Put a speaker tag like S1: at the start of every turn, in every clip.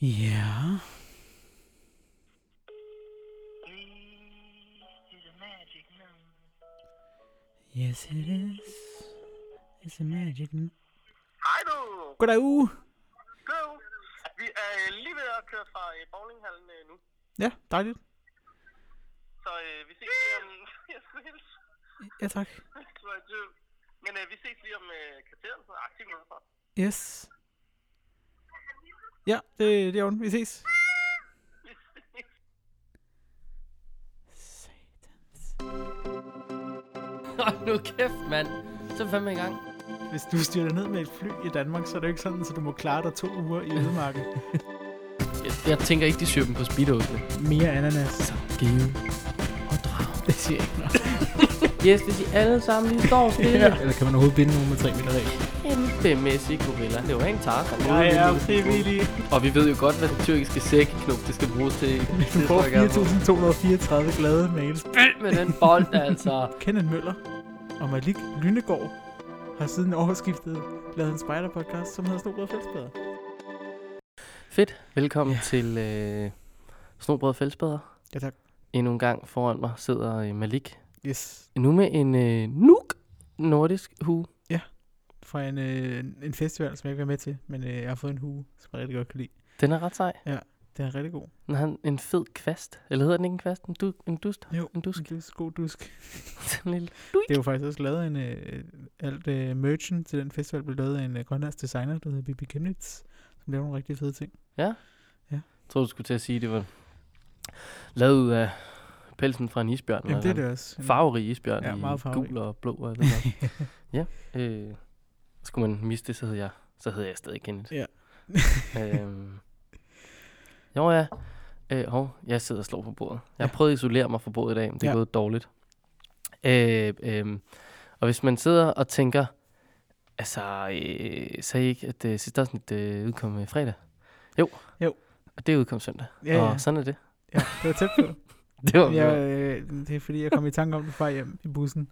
S1: Ja. Yes, it is. It's a magic n-
S2: Hej du!
S1: Goddag, uge.
S2: Du! Vi er øh, lige ved at køre fra øh, bowlinghallen øh, nu.
S1: Ja, dejligt.
S2: Så øh, vi ses lige om... Jeg skulle hilse.
S1: Ja, tak.
S2: Du er i tvivl. Men øh, vi ses lige om øh, kvarteret. Så aktiv med for.
S1: Yes. Ja, det, det er ondt. Vi ses. Satans.
S3: Hold nu kæft, mand. Så er vi fandme i gang.
S1: Hvis du styrer ned med et fly i Danmark, så er det jo ikke sådan, at du må klare dig to uger i ødemarken.
S3: Jeg, jeg tænker ikke, de syr dem på speedo'sene.
S1: Mere ananas.
S3: Give og drag.
S1: Det siger jeg ikke noget.
S3: Yes, hvis I alle sammen lige står stille. ja.
S4: Eller kan man overhovedet binde nogen med 3 meter regel?
S3: Kæmpemæssig gorilla. Det var en tager.
S1: Jeg er frivillig.
S3: Og vi ved jo godt, hvad den tyrkiske sækknop, det skal bruges til.
S1: Du får
S3: Det trykker jeg
S1: 4.234 glade mails.
S3: på. Med den bold, altså.
S1: Kenneth Møller og Malik Lynegård har siden overskiftet lavet en spider-podcast, som hedder Snobrød Fældsbader.
S3: Fedt. Velkommen
S1: Ja.
S3: ja. til øh, Snobrød og Fællesbader.
S1: Ja, tak.
S3: Endnu en gang foran mig sidder øh, Malik.
S1: Yes.
S3: Nu med en øh, nuk nordisk hue.
S1: Fra en, øh, en festival, som jeg ikke var med til, men øh, jeg har fået en hue, som jeg rigtig godt kan lide.
S3: Den er ret sej.
S1: Den er rigtig god.
S3: Den har en- en fed kvast. Eller hedder den ikke en kvast? En, du, en dust?
S1: Jo,
S3: En dusk.
S1: En dus, god dusk.
S3: Sådan en lille.
S1: Det er jo faktisk også lavet en, øh, alt øh, merchen til den festival blev lavet af en øh, grønlandsk designer, der hedder Bibi Chemnitz, som laver nogle rigtig fede ting.
S3: Jeg tror, du skulle til at sige, at det var lavet ud af pelsen fra en isbjørn.
S1: Jamen, det er det også.
S3: Farverig isbjørn
S1: Ja,
S3: i
S1: meget farverig.
S3: gul og blå. Og jeg ved hvad. ja. Øh, skulle man miste det, så hed jeg, så hed jeg stadig Kenneth.
S1: Ja.
S3: øhm, jo, ja. Øh, hov, jeg sidder og slår på bordet. Jeg har prøvet at isolere mig fra bordet i dag, men det er
S1: Ja.
S3: ja. gået dårligt. Øh, øh, og hvis man sidder og tænker, altså, øh, sagde I ikke, at øh, sidste afsnit øh, udkom øh, fredag? Jo.
S1: Jo.
S3: Og det udkom søndag.
S1: Ja, ja.
S3: Og sådan er det.
S1: Ja, det var tæt på.
S3: Det var
S1: jeg, øh, det er fordi, jeg kom i tanke om det før hjem i bussen,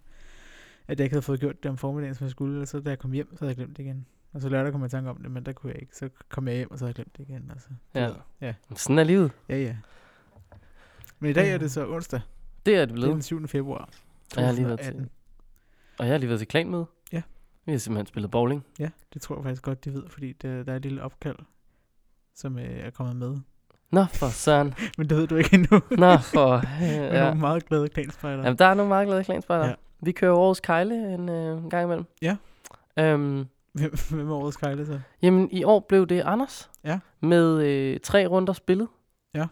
S1: at jeg ikke havde fået gjort det om formiddagen, som jeg skulle, og så da jeg kom hjem, så havde jeg glemt det igen. Og så lørdag kom jeg i tanke om det, men der kunne jeg ikke. Så kom jeg hjem, og så havde jeg glemt det igen. Altså.
S3: ja.
S1: Ja.
S3: Sådan er livet.
S1: Ja, ja. Men i dag er det så onsdag.
S3: Det er
S1: Det
S3: det
S1: er den
S3: blevet.
S1: 7. februar.
S3: Og jeg har lige været til-
S1: 2018.
S3: Og jeg har lige været til klanmøde.
S1: Ja.
S3: Vi har simpelthen spillet bowling.
S1: Ja, det tror jeg faktisk godt, de ved, fordi der, der er et lille opkald, som øh, er kommet med.
S3: Nå for søren.
S1: Men det ved du ikke endnu.
S3: Nå for...
S1: Men
S3: Øh,
S1: ja.
S3: ja.
S1: nogle meget glade klanspejder.
S3: Jamen, der er nogle meget glade klanspejder.
S1: Ja.
S3: Ja. Vi kører over Aarhus Kejle en, øh, en gang imellem.
S1: Ja.
S3: Øhm,
S1: Hvem, hvem er årets kejle så?
S3: jamen, i år blev det Anders.
S1: Ja.
S3: Med øh, tre runder spillet.
S1: Ja.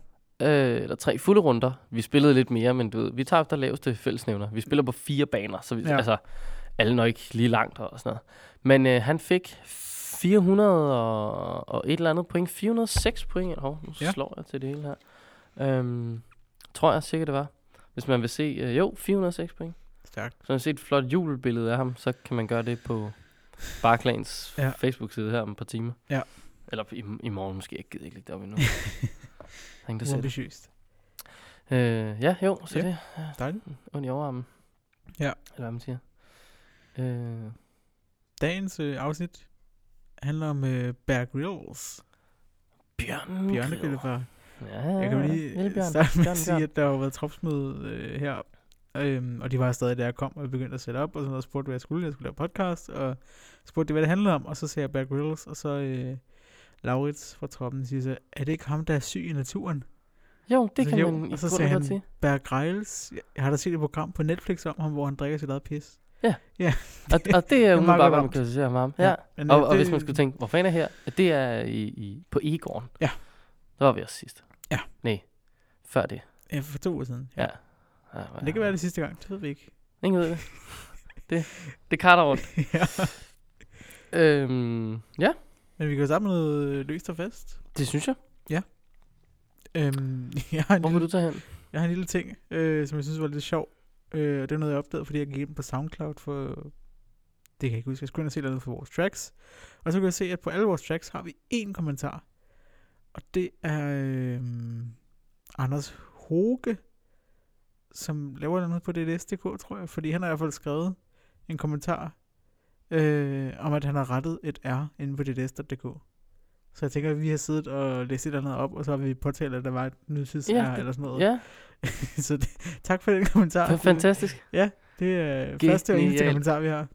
S3: Øh, eller tre fulde runder. Vi spillede lidt mere, men du ved, vi tabte der laveste fællesnævner. Vi spiller på fire baner, så vi,
S1: Ja.
S3: ja. altså, alle når ikke lige langt og sådan noget. Men øh, han fik 400 og, og et eller andet point. 406 point. Hov, nu
S1: Ja.
S3: ja. slår jeg til det hele her. Øhm, tror jeg sikkert, det var. Hvis man vil se, øh, jo, 406 point.
S1: Stærkt.
S3: Så hvis man ser et flot julebillede af ham, så kan man gøre det på Barclays
S1: Ja.
S3: ja. Facebook-side her om et par timer.
S1: Ja.
S3: Eller i, i morgen måske. Jeg gider ikke ligge deroppe endnu. Der er ingen, der ser det.
S1: Uambitiøst.
S3: Øh, ja, jo, så
S1: Ja.
S3: ja. det
S1: Dejligt.
S3: er ondt i overarmen.
S1: Ja.
S3: Eller hvad man siger. Øh,
S1: Dagens øh, afsnit handler om øh, Bear Grylls.
S3: bjørn.
S1: Bjørnegrill fra
S3: Ja,
S1: Jeg kan jo lige
S3: lille
S1: øh,
S3: bjørn.
S1: starte med
S3: Bjørn,
S1: at sige, at der har jo været tropsmøde øh, her, øhm, og de var stadig, da jeg kom, og jeg begyndte at sætte op, og sådan noget, og spurgte, hvad jeg skulle, jeg skulle lave podcast, og spurgte de, hvad det handlede om, og så ser jeg Bear Grylls, og så øh, Laurits fra troppen siger så, er det ikke ham, der er syg i naturen?
S3: Jo, det
S1: Så
S3: kan
S1: Altså, jo,
S3: man i
S1: og så
S3: grund
S1: sagde
S3: og
S1: han-
S3: godt sige.
S1: Bear Grylls, jeg, jeg har da set et program på Netflix om ham, hvor han drikker sit eget pis.
S3: Og, og det er
S1: er meget
S3: umiddelbart, hvad man
S1: ramt.
S3: kan sige om ham. Ja.
S1: men, øh,
S3: Og, og
S1: det-
S3: hvis man skulle tænke, hvor fanden er her? Det er i, i, på Egården.
S1: Ja.
S3: Der var vi også sidst.
S1: Ja.
S3: Nej, før det.
S1: Ja, for to uger siden.
S3: Ja. ja.
S1: Men det kan være det sidste gang, det ved vi ikke.
S3: Ah, Ingen ved det. Det, det karter rundt.
S1: ja.
S3: Øhm, ja,
S1: Men vi kan jo sammen med noget øh, løst og fast.
S3: det synes jeg.
S1: Øhm, jeg har en
S3: Hvor
S1: lille-
S3: vil du tage hen?
S1: Jeg har en lille ting, øh, som jeg synes var lidt sjov. Øh, det var noget, jeg opdagede, fordi jeg gik ind på SoundCloud for... Det kan jeg ikke huske. Jeg skulle ind og se noget for vores tracks. Og så kunne jeg se, at på alle vores tracks har vi én kommentar. Og det er øh, Anders Hoge, som laver noget på DDS.dk, tror jeg. Fordi han har i hvert fald skrevet en kommentar øh, om, at han har rettet et R inde på DDS.dk. Så jeg tænker, at vi har siddet og læst et eller andet op, og så har vi påtalt, at der var et nyhedssager
S3: Ja,
S1: eller sådan noget.
S3: Ja,
S1: så det, tak for den kommentar.
S3: det var fantastisk.
S1: Det er øh, første og eneste
S3: Genialt.
S1: kommentar, vi har.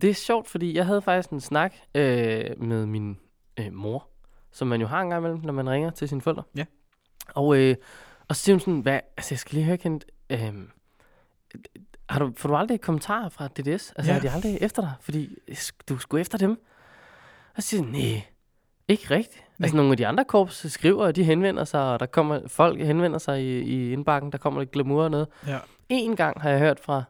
S3: Det er sjovt, fordi jeg havde faktisk en snak øh, med min øh, mor, som man jo har en gang imellem, når man ringer til sine forældre.
S1: Ja.
S3: Og, øh, og så siger hun sådan, hvad, altså jeg skal lige høre, Kent, øh, har du, får du aldrig kommentarer fra DDS? Altså
S1: Ja.
S3: ja. er de aldrig efter dig? Fordi sk- du skulle efter dem. Og så siger jeg, nej, ikke rigtigt. Altså nogle af de andre korps skriver, og de henvender sig, og der kommer folk henvender sig i, i indbakken, der kommer lidt glamour og noget.
S1: Ja.
S3: En gang har jeg hørt fra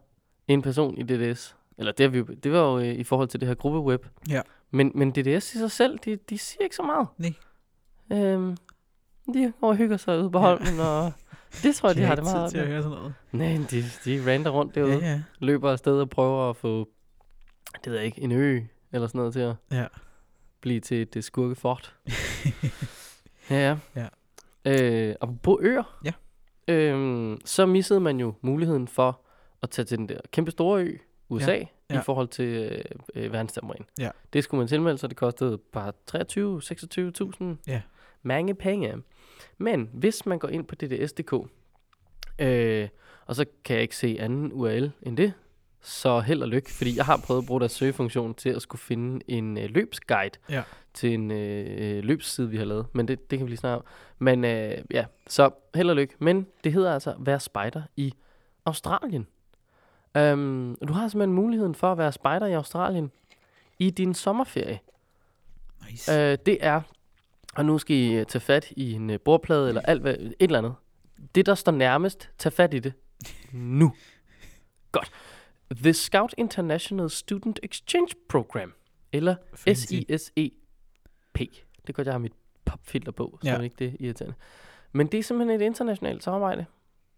S3: en person i DDS, eller det, har vi, jo- det var jo øh, i forhold til det her gruppeweb.
S1: Ja.
S3: Men, men DDS i sig selv, de, de siger ikke så meget.
S1: Nej.
S3: Øhm, de går og hygger sig ude på
S1: Ja.
S3: holmen, og det tror jeg, de har det
S1: ikke tid
S3: meget.
S1: til at
S3: med.
S1: høre sådan noget.
S3: Nej, de, de rander rundt derude,
S1: Ja, ja.
S3: løber afsted og prøver at få, det ved jeg ikke, en ø eller sådan noget til at
S1: Ja.
S3: blive til det skurke fort. ja,
S1: Ja.
S3: ja. Øh, apropos øer,
S1: Ja.
S3: øhm, så missede man jo muligheden for at tage til den der kæmpe store ø, USA, ja.
S1: Ja.
S3: i forhold til øh, øh, verdensdammeren.
S1: Ja.
S3: Det skulle man tilmelde sig, det kostede bare 23-26.000
S1: Ja.
S3: mange penge. Men hvis man går ind på DDS.dk, øh, og så kan jeg ikke se anden URL end det, så held og lykke, fordi jeg har prøvet at bruge deres søgefunktion til at skulle finde en øh, løbsguide
S1: Ja.
S3: til en øh, øh, løbsside, vi har lavet. Men det, det kan vi lige snakke om. Men øh, ja, så held og lykke. Men det hedder altså Vær Spider i Australien. Um, du har simpelthen muligheden for at være spider i Australien i din sommerferie.
S1: Nice.
S3: Øh, det er, og nu skal I øh, tage fat i en øh, bordplade eller alt, hvad, et eller andet. Det, der står nærmest, tag fat i det. Nu. Godt. The Scout International Student Exchange Program, eller
S1: Fancy.
S3: S-I-S-E-P. E Det er godt, jeg har mit popfilter på, så
S1: Ja.
S3: ja. ikke det er irriterende. Men det er simpelthen et internationalt samarbejde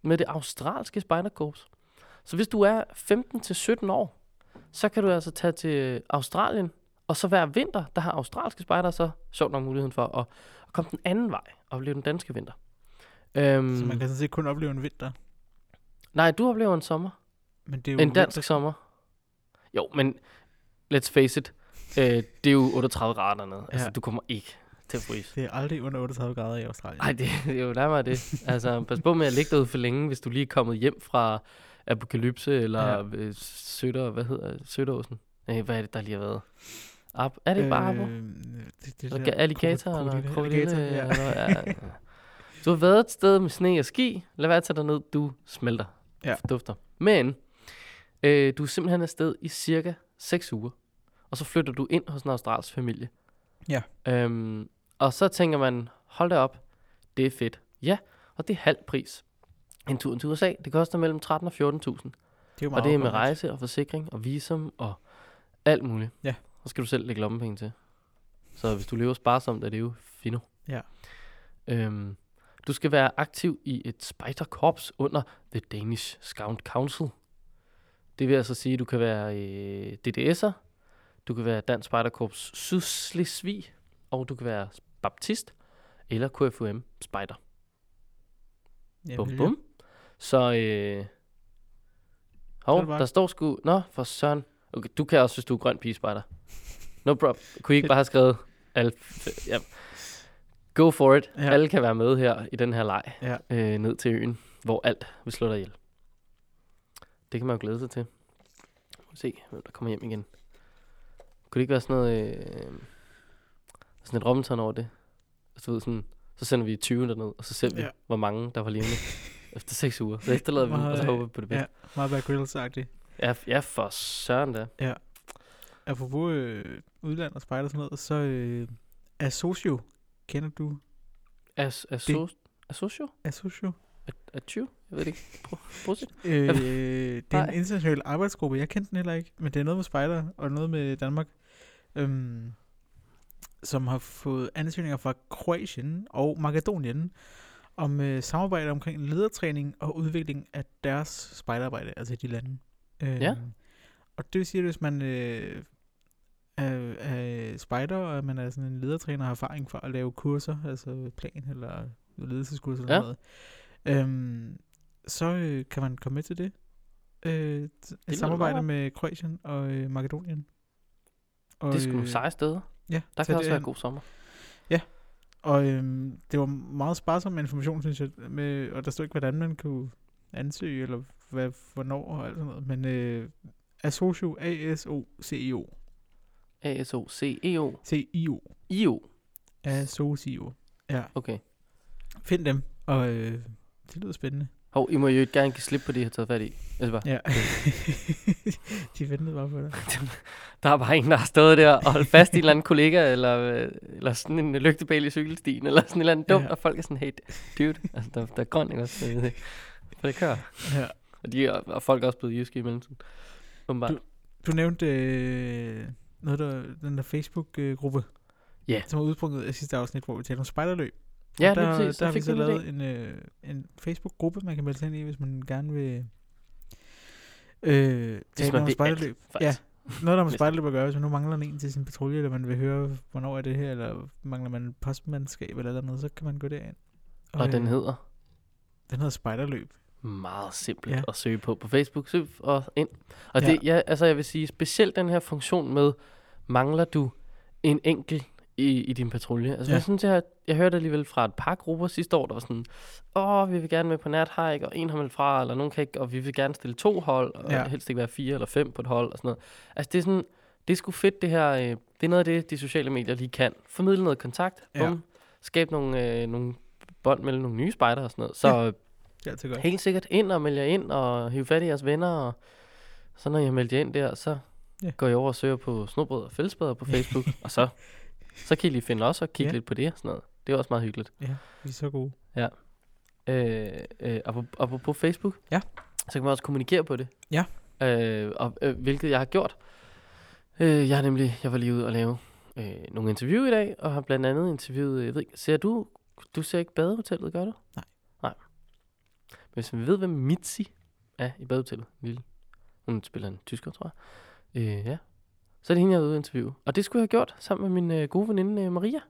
S3: med det australske spejderkorps. Så hvis du er 15-17 år, så kan du altså tage til Australien, og så hver vinter, der har australske spejdere så sjovt nok muligheden for at, at komme den anden vej og opleve den danske vinter. Øhm,
S1: Så man kan sådan set kun opleve en vinter.
S3: Nej, du oplever en sommer.
S1: Men det er jo
S3: En dansk sommer. Jo, men let's face it. Øh, det er jo 38 grader dernede. Altså,
S1: Ja.
S3: du kommer ikke til at fryse.
S1: Det er aldrig under 38 grader i Australien.
S3: Nej, det, det er jo nærmere det. Altså, pas på med at ligge derude for længe, hvis du lige er kommet hjem fra Apokalypse eller ja. Søtter, hvad hedder Søtteråsen? Nej, hvad er det, der lige har været? Ab, er det ikke bare Abo?
S1: Øh, det, det
S3: Så
S1: der
S3: kan alligator
S1: krokodille-
S3: eller krokodille.
S1: alligator,
S3: Ja.
S1: ja.
S3: Eller, ja. ja. Du har været et sted med sne og ski. Lad være at tage dig ned. Du smelter.
S1: Ja.
S3: Dufter. Men øh, du er simpelthen afsted i cirka 6 uger. Og så flytter du ind hos en australsk familie.
S1: Ja.
S3: Øhm, og så tænker man, hold da op. Det er fedt. Ja, og det er halv pris. En tur til USA, det koster mellem 13 og 14.000.
S1: Det er jo meget
S3: Og det er med
S1: afgørende.
S3: rejse og forsikring og visum og alt muligt.
S1: Ja.
S3: Og skal du selv lægge lommepenge til. Så hvis du lever sparsomt, er det jo fino.
S1: Ja.
S3: Øhm, du skal være aktiv i et spejderkorps under The Danish Scout Council. Det vil altså sige, at du kan være øh, DDS'er, du kan være Dansk Spejderkorps Sydslesvig, og du kan være baptist eller KFUM spejder.
S1: Ja,
S3: Bum,
S1: vel, ja.
S3: bum. Så, øh...
S1: var
S3: Hov,
S1: det bare.
S3: der står sgu... Nå, for søren. Okay, du kan også, hvis du er grøn pigespejder. No problem. Kunne I ikke bare have skrevet... Al... Ja. Go for it.
S1: Ja.
S3: Ja. Alle kan være med her i den her leg.
S1: Ja.
S3: Øh, ned til øen, hvor alt vil slå dig ihjel. Det kan man jo glæde sig til. Nu må vi se, hvem der kommer hjem igen. Kunne det ikke være sådan noget... Øh... Sådan et Robinson over det? Altså, du ved, sådan, så sender vi 20 derned, og så ser vi,
S1: Ja.
S3: ja. hvor mange der var levende. Efter seks uger. Så efterlader vi dem, og så
S1: Nej.
S3: håber vi på det bedste.
S1: Meget Bear Grylls-agtigt.
S3: Ja, ja, ja for søren da.
S1: Apropos øh, udland og spejder og sådan noget, så øh, Asocio, kender du
S3: As, aso, asocio?
S1: Asocio?
S3: Atio? Jeg ved det ikke. Pro- prosit?
S1: Øh, det er
S3: Nej.
S1: en international arbejdsgruppe, jeg kendte den heller ikke, men det er noget med spejder og noget med Danmark, øhm, som har fået ansøgninger fra Kroatien og Makedonien om øh, samarbejde omkring ledertræning og udvikling af deres spejderarbejde, altså i de lande. Øh,
S3: Ja.
S1: Og det vil sige, at hvis man øh, er, er spejder, og man er sådan en ledertræner og har erfaring for at lave kurser, altså plan eller ledelseskurser eller
S3: Ja.
S1: noget, øhm, så øh, kan man komme med til det. Øh,
S3: da
S1: det samarbejder
S3: meget
S1: med Kroatien og øh, Makedonien. Og,
S3: Det er sgu nogle
S1: øh,
S3: seje steder.
S1: Ja,
S3: Der
S1: så
S3: kan også
S1: det er
S3: være
S1: en-
S3: god sommer.
S1: Og øhm, det var meget sparsom med information, synes jeg. Med, og der stod ikke, hvordan man kunne ansøge, eller hvad, hvornår og alt sådan noget. Men øh, Asocio, A-S-O-C-I-O.
S3: A-S-O-C-E-O.
S1: C-I-O.
S3: I-O.
S1: Asocio.
S3: Okay.
S1: Find dem, og øh, det lyder spændende.
S3: Hov, I må jo ikke gerne give slip på det, jeg har taget fat i. Altså bare,
S1: Ja. De ventede bare på dig.
S3: der er bare en, der har stået der og holdt fast i en eller anden kollega, eller, øh, eller sådan en lygtepæl i cykelstien, eller sådan en eller anden dumt,
S1: Ja.
S3: og folk er sådan, hey, dude, altså, der, der er grøn, ikke også? Øh, For det kører.
S1: Ja.
S3: Og, de, er- og folk er også blevet jyske i mellemtiden. Åbenbart.
S1: Du- Du nævnte øh, noget, der, den der Facebook-gruppe.
S3: Ja.
S1: Som var udsprunget af sidste afsnit, hvor vi talte om spejderløb.
S3: ja,
S1: Og
S3: lige
S1: der,
S3: præcis.
S1: der har vi så
S3: en idé.
S1: lavet en, øh, en Facebook-gruppe, man kan melde sig ind i, hvis man gerne vil øh, tale
S3: man
S1: om
S3: vil
S1: spejderløb. ja,
S3: faktisk.
S1: noget, der har med
S3: Næsten.
S1: spejderløb at gøre, hvis man nu mangler en til sin patrulje, eller man vil høre, hvornår er det her, eller mangler man postmandskab eller et eller andet, så kan man gå derind.
S3: Og den
S1: øh,
S3: hedder
S1: den hedder spejderløb.
S3: meget simpelt
S1: Ja.
S3: at søge på på Facebook. Søg og ind. Og
S1: Ja.
S3: det, ja, altså jeg vil sige, specielt den her funktion med, mangler du en enkelt i, i din patrulje? Altså
S1: Ja.
S3: ja. jeg synes, jeg, jeg hørte alligevel fra et par grupper sidste år, der var sådan, åh, vi vil gerne med på nathike, og en har meldt fra, eller nogen kan ikke, og vi vil gerne stille to hold, og
S1: Ja.
S3: ja. helst ikke være fire eller fem på et hold, og sådan noget. Altså det er sådan, det er sgu fedt det her, øh, det er noget af det, de sociale medier lige kan. Formidle noget kontakt,
S1: Ja.
S3: bum, skabe nogle, øh, nogle bånd mellem nogle nye spejder og sådan noget. Så ja.
S1: Det er altid godt.
S3: Helt sikkert ind og meld jer ind og hive fat i jeres venner. Og så når jeg melder jer ind der, så
S1: Ja.
S3: yeah. går jeg over og søger på snobrød og fællesbader på Facebook. og så, så kan I lige finde os og kigge
S1: Ja.
S3: yeah. lidt på det og sådan noget. Det er også meget hyggeligt.
S1: Vi er så gode.
S3: Øh, øh, apropos- apropos Facebook,
S1: Ja.
S3: så kan man også kommunikere på det.
S1: Ja.
S3: Øh, og, øh, hvilket jeg har gjort. Øh, jeg har nemlig, jeg var lige ude og lave øh, nogle interview i dag, og har blandt andet interviewet, øh, jeg ved ikke, ser du, du ser ikke badehotellet, gør du?
S1: Nej.
S3: Nej. Men hvis vi ved, hvem Mitzi er i badehotellet, en lille, hun spiller en tysker, tror jeg. Øh, ja. Så er det hende, jeg har ude og interviewe. Og det skulle jeg have gjort sammen med min øh, gode veninde øh, Maria.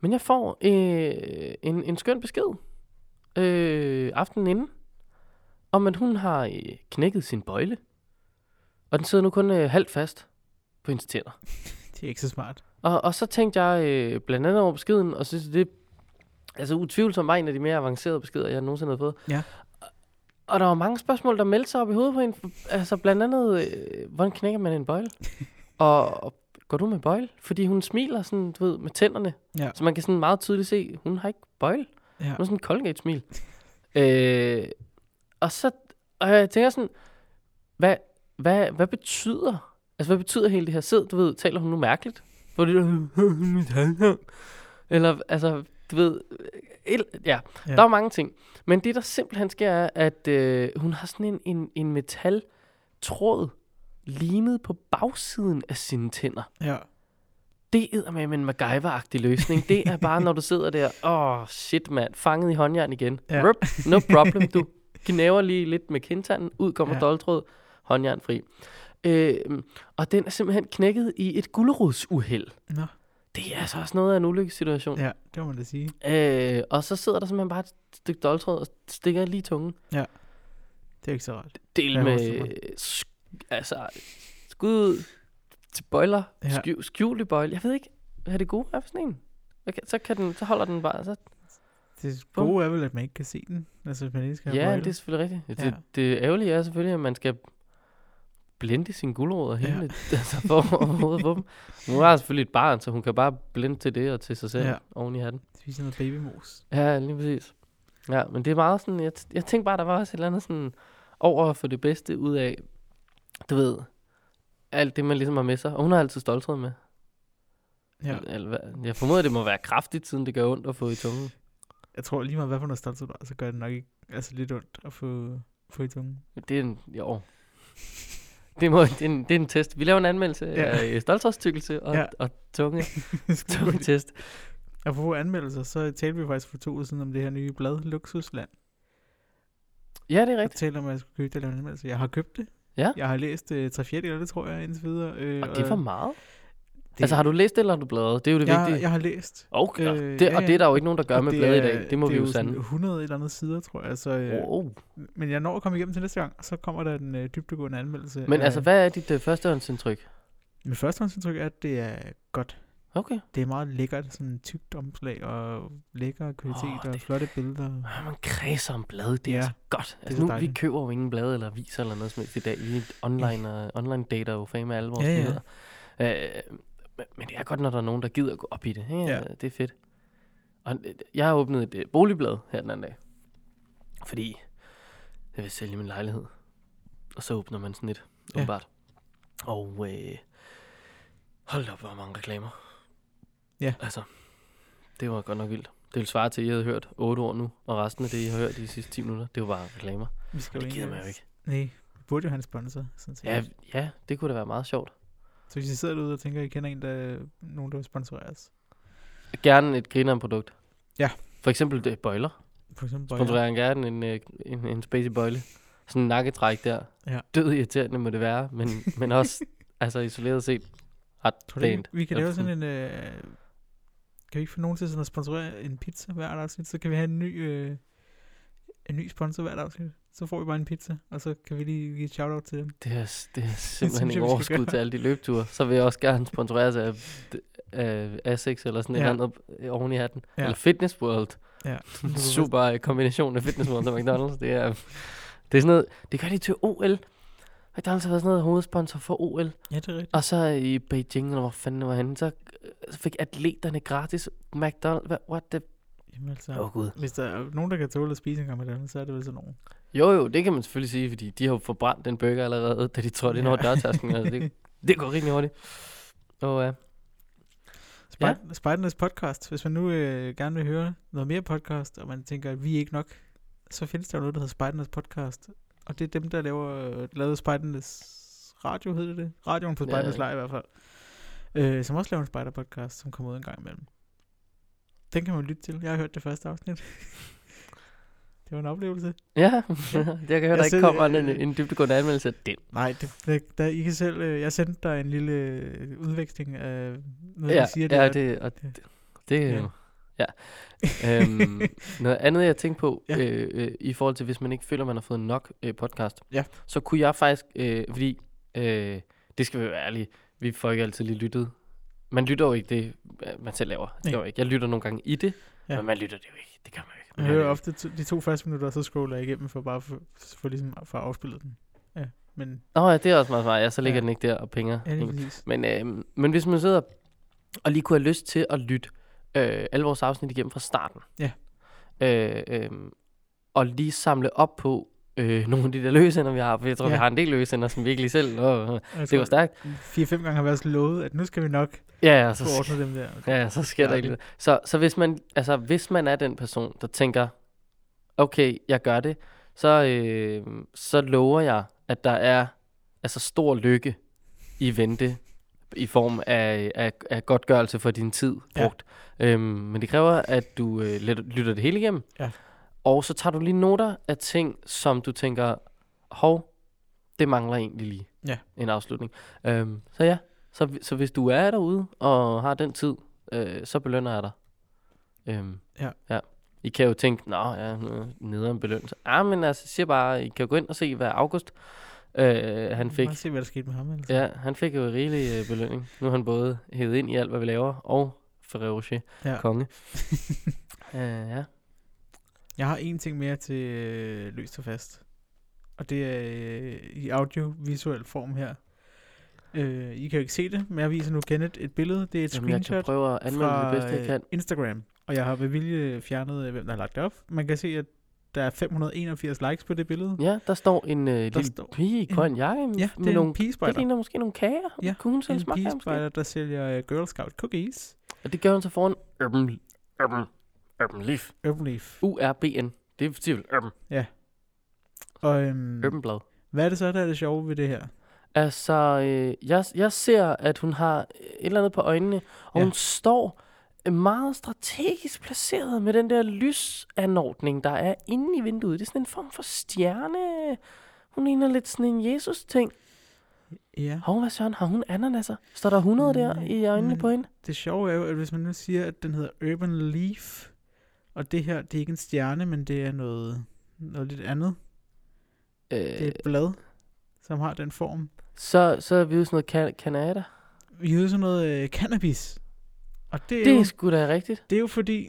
S3: Men jeg får øh, en, en skøn besked øh, aftenen inden, om at hun har øh, knækket sin bøjle. Og den sidder nu kun øh, halvt fast på hendes tænder.
S1: Det er ikke så smart.
S3: Og, og så tænkte jeg øh, blandt andet over beskeden, og synes, det altså utvivlsomt var en af de mere avancerede beskeder, jeg nogensinde har fået.
S1: Ja.
S3: Og- Og der var mange spørgsmål, der meldte sig op i hovedet på en. Altså blandt andet, øh, hvordan knækker man en bøjle? og, og går du med bøjle? Fordi hun smiler sådan, du ved, med tænderne.
S1: Ja.
S3: Så man kan sådan meget tydeligt se, hun har ikke bøjle.
S1: Ja.
S3: Hun har sådan en Colgate-smil. øh, og så og jeg tænker sådan, hvad, hvad, hvad betyder, altså hvad betyder hele det her? Sid, du ved, taler hun nu mærkeligt? Hvor det der, eller altså, du ved, et, ja,
S1: Ja.
S3: ja, der er mange ting. Men det, der simpelthen sker, er, at øh, hun har sådan en, en, en metal tråd limet på bagsiden af sine tænder.
S1: Ja.
S3: Det er med en MacGyver-agtig løsning. Det er bare, når du sidder der, åh, oh, shit mand, fanget i håndjern igen.
S1: Ja.
S3: Ja. Rup, no problem, du knæver lige lidt med kindtanden, ud kommer
S1: Ja.
S3: ja. doldtråd, håndjern fri. Øh, og den er simpelthen knækket i et gulerudsuheld.
S1: Nå.
S3: Det er altså også noget af en ulykkessituation.
S1: Ja, det må man da sige.
S3: Ja. Øh, og så sidder der simpelthen bare et stykke doldtråd og stikker lige i tungen.
S1: Det er ikke så rart.
S3: Del
S1: Ja,
S3: med,
S1: forstår
S3: sk- altså, skud ud til bøjler,
S1: Ja.
S3: ja. skjul, skjulte bøjle. Jeg ved ikke, hvad det gode er for sådan en. Okay, så, kan den, så holder den bare, så
S1: Det
S3: Bum.
S1: gode er vel, at man ikke kan se den. Altså, hvis man ikke skal have
S3: Ja,
S1: briller.
S3: det er selvfølgelig rigtigt. Ja.
S1: Ja.
S3: Det, det ærgerlige er selvfølgelig, at man skal blende sine guldrødder
S1: Ja.
S3: hele, ja. altså for overhovedet på dem. Nu har jeg selvfølgelig et barn, så hun kan bare blende til det og til sig selv
S1: Ja.
S3: ja. oven i hatten.
S1: Spise noget babymos.
S3: Ja, lige præcis. Ja, men det er meget sådan, jeg, t- jeg tænkte bare, der var også et eller andet sådan over for det bedste ud af, du ved, alt det, man ligesom har med sig. Og hun har altid stolthed med.
S1: Ja.
S3: Eller hvad- Jeg formoder, det må være kraftigt, siden det gør ondt at få i tungen.
S1: Jeg tror lige meget, hvad for noget stolthed du har, så gør det nok ikke altså lidt ondt at få, få i tungen.
S3: Det er en, jo. Det, må, det, er en, det er en test. Vi laver en anmeldelse
S1: Ja.
S3: ja. af øh, stolthedstykkelse og,
S1: Ja.
S3: ja. og tunge, tunge
S1: Skål.
S3: test.
S1: Apropos anmeldelser, så talte vi faktisk for to uger siden om det her nye blad, Luksusland.
S3: Ja, det er
S1: Jeg
S3: rigtigt.
S1: talte om, at jeg skulle købe det og lave en anmeldelse. Jeg har købt det.
S3: Ja.
S1: Jeg har læst øh, tre fjerdedele af det, tror jeg, indtil videre. Øh,
S3: Og det er for meget.
S1: det-
S3: Det... Altså, har du læst det, eller har du bladret? Det er jo det
S1: jeg,
S3: vigtige.
S1: jeg har læst.
S3: Okay.
S1: øh,
S3: Øh, det,
S1: ja,
S3: og det er der jo ikke nogen, der gør
S1: Og
S3: med
S1: det
S3: blade i
S1: er-
S3: dag. Det må
S1: det
S3: vi
S1: er
S3: jo
S1: sådan
S3: sande.
S1: 100 et eller andet sider, tror jeg. Så, øh,
S3: Oh.
S1: Men jeg når at komme igennem til næste gang, og så kommer der en øh, dybtegående anmeldelse.
S3: Men
S1: af-
S3: altså, hvad er dit øh, førstehåndsindtryk?
S1: Mit førstehåndsindtryk er, at det er godt.
S3: Okay.
S1: Det er meget lækkert, sådan tykt omslag og lækker kvalitet
S3: Åh,
S1: oh, og
S3: det-
S1: flotte billeder.
S3: Ah, man kredser om blade, det er
S1: Ja,
S3: så godt.
S1: er
S3: Altså,
S1: så
S3: nu, vi
S1: dejligt.
S3: køber jo ingen blade eller aviser eller noget som helst i dag. Vi er et online, uh, online data jo fame af alle vores
S1: Ja, ja.
S3: nyheder. Øh, men- men det er godt, når der er nogen, der gider gå op i det. Ja,
S1: Ja.
S3: Det er fedt. Og øh, jeg har åbnet et øh, boligblad her den anden dag, fordi jeg vil sælge min lejlighed. Og så åbner man sådan et,
S1: Ja.
S3: åbenbart. Og øh, hold da op, hvor mange reklamer.
S1: Ja.
S3: Altså, det var godt nok vildt. Det ville svare til, at I havde hørt 8 år nu, og resten af det, I har hørt i de sidste 10 minutter, det var bare reklamer.
S1: Vi skal
S3: Og
S1: jo
S3: det gider
S1: egentlig-
S3: man jo ikke.
S1: Nej, vi burde jo have en sponsor, sådan set.
S3: Ja, ja, det kunne da være meget sjovt.
S1: Så hvis I sidder derude og tænker, at I kender en, der, nogen, der vil sponsorere os.
S3: Gerne et grineren produkt.
S1: Ja.
S3: For eksempel det, bøjler.
S1: For eksempel Bøjler.
S3: Sponsorerer han gerne en, øh, en, en spacey bøjle. Sådan en nakketræk der.
S1: Ja.
S3: Død irriterende må det være, men, men også altså isoleret set ret
S1: Tror du, ikke,
S3: pænt.
S1: vi kan
S3: Ja,
S1: lave sådan en... Øh, kan vi ikke få nogen til sådan at sponsorere en pizza hvert afsnit? Så kan vi have en ny, øh, en ny sponsor hvert afsnit. Så får vi bare en pizza, og så kan vi lige give et shout-out til dem.
S3: Det er, det er
S1: synes
S3: simpelthen
S1: jeg,
S3: ikke
S1: vi skal
S3: overskud
S1: gøre.
S3: til alle de løbeture. Så vil jeg også gerne sponsoreres af, af Asics eller sådan ja. et
S1: Ja.
S3: eller andet øh, oven i hatten. Ja.
S1: Ja.
S3: Eller Fitness World.
S1: Ja.
S3: Super øh, kombination af Fitness World og McDonald's. Det er, det er sådan noget, det gør de til OL. McDonald's har været sådan noget hovedsponsor for OL.
S1: Ja, det er rigtigt.
S3: Og så i Beijing, eller hvor fanden det var henne, så, øh, så fik atleterne gratis McDonald's. Hva- What the...
S1: Jamen altså...
S3: Åh, oh, Gud.
S1: Hvis der er nogen, der kan tåle at spise en gang med dem, så er det vel sådan nogen.
S3: Jo, jo, det kan man selvfølgelig sige, fordi de har jo forbrændt den burger allerede, da de trådte ind
S1: Ja.
S3: over dørtasken. Altså, det, det går rimelig hurtigt. Og ja,
S1: Spejt, ja. Spejdernes podcast. Hvis man nu øh, gerne vil høre noget mere podcast, og man tænker, at vi er ikke nok, så findes der jo noget, der hedder Spejdernes podcast. Og det er dem, der laver, øh, lavede Spejdernes radio, hedder det. Radioen på
S3: Ja.
S1: Spejdernes ja. Lejr i hvert fald. Øh, som også laver en spejderpodcast, som kommer ud en gang imellem. Den kan man lytte til. Jeg har hørt det første afsnit. det var en oplevelse.
S3: ja. jeg kan høre, der ikke
S1: selv,
S3: kommer en,
S1: øh,
S3: en dybdegående anmeldelse af den.
S1: Nej, det, det, der, I kan selv, øh, jeg sendte dig en lille øh, udveksling af noget,
S3: ja,
S1: de siger.
S3: ja,
S1: der.
S3: det, og
S1: det-
S3: det, det er
S1: ja.
S3: jo... Ja. øhm, noget andet, jeg tænkte på,
S1: Ja.
S3: ja. øh, øh, i forhold til, hvis man ikke føler, man har fået nok øh, podcast,
S1: Ja.
S3: så kunne jeg faktisk, øh, fordi, øh, det skal vi være ærlige, vi får ikke altid lige lyttet. Man lytter jo ikke det, øh, man selv laver. Det
S1: Nej.
S3: gør jeg ikke. Jeg lytter nogle gange i det,
S1: Ja.
S3: ja. men man lytter det jo ikke. Det gør man jo ikke.
S1: Jeg
S3: Man hører
S1: hører
S3: det
S1: ofte to, de to første minutter, og så scroller jeg igennem for bare for, for ligesom for at afspille den. Ja, men
S3: ikke. Nå ja, det er også meget smart. Ja, så ligger
S1: Ja.
S3: ja. den ikke der og penger.
S1: ja, lige
S3: ind.
S1: præcis.
S3: Men, øh, men hvis man sidder og lige kunne have lyst til at lytte øh, alle vores afsnit igennem fra starten.
S1: Ja.
S3: Øh, øh, og lige samle op på øh, nogle af de der løsender, vi har. For jeg tror, ja.
S1: Ja.
S3: vi har en del løsender, som vi ikke lige selv... Åh, øh,
S1: Jeg
S3: det var
S1: tror,
S3: stærkt.
S1: altså, Fire-fem gange har vi også lovet, at nu skal vi nok
S3: Ja, ja,
S1: få
S3: så, sk-
S1: ordnet dem der.
S3: ja, så sker der
S1: Ja,
S3: ikke lidt. Så, så hvis, man, altså, hvis man er den person, der tænker, okay, jeg gør det, så, øh, så lover jeg, at der er altså, stor lykke i vente i form af, af, af godtgørelse for din tid
S1: Ja.
S3: brugt. Ja. Øhm, men det kræver, at du øh, let- lytter det hele igennem.
S1: Ja.
S3: Og så tager du lige noter af ting, som du tænker, hov, det mangler egentlig lige
S1: Ja.
S3: en afslutning. Øhm, så ja, så, hvi- så hvis du er derude og har den tid, øh, så belønner jeg dig. Øhm,
S1: Ja.
S3: ja. I kan jo tænke, nå ja, nu- nederen belønnelse. Ah, men altså, jeg siger bare, I kan jo gå ind og se, hvad August øh, han fik.
S1: Bare se, hvad der skete med ham. Altså.
S3: Ja, han fik jo rigelig øh, belønning. Nu er han både hævet ind i alt, hvad vi laver, og Ferrero Rocher,
S1: Ja.
S3: konge. øh, ja.
S1: Jeg har en ting mere til øh, løst og fast. Og det er øh, i audiovisuel form her. Øh, I kan jo ikke se det, men jeg viser nu Kenneth et billede. Det er et
S3: Jamen, jeg kan
S1: screenshot
S3: prøve at anmelde det bedste, jeg
S1: øh,
S3: kan.
S1: Instagram. Og jeg har ved vilje fjernet, øh, hvem der har lagt det op. Man kan se, at der er 581 likes på det billede.
S3: Ja, der står en øh, lille
S1: står
S3: pige i
S1: en-
S3: grøn jakke
S1: Ja,
S3: med
S1: det er
S3: nogle
S1: en pigespejder.
S3: Det ligner måske nogle kager.
S1: Ja,
S3: Ja, kunne hun selv
S1: En
S3: smage her måske?
S1: pigespejder, der sælger øh, Girl Scout cookies.
S3: Og det gør hun så foran Urban, urban, urban Leaf.
S1: Urban
S3: Uh,
S1: Leaf.
S3: U-R-B-N. Det er simpelthen Urban,
S1: Og øhm,
S3: urban Blad.
S1: hvad er det så, der er det sjove ved det her?
S3: Altså, øh, jeg, jeg ser, at hun har et eller andet på øjnene, og
S1: Ja.
S3: ja. hun står meget strategisk placeret med den der lysanordning, der er inde i vinduet. Det er sådan en form for stjerne. Hun ligner lidt sådan en Jesus-ting.
S1: Ja.
S3: Hov, hvad søren, har hun ananaser? Står der 100 der i øjnene
S1: Mm.
S3: på hende?
S1: Det sjove er jo, at hvis man nu siger, at den hedder Urban Leaf, og det her, det er ikke en stjerne, men det er noget, noget lidt andet. Det er
S3: Øh,
S1: et blad, som har den form.
S3: så, så er vi jo sådan noget kan- Kanada.
S1: Vi hedder sådan noget øh, cannabis. Og det er, det
S3: Det
S1: jo,
S3: er sgu da rigtigt.
S1: det er jo fordi,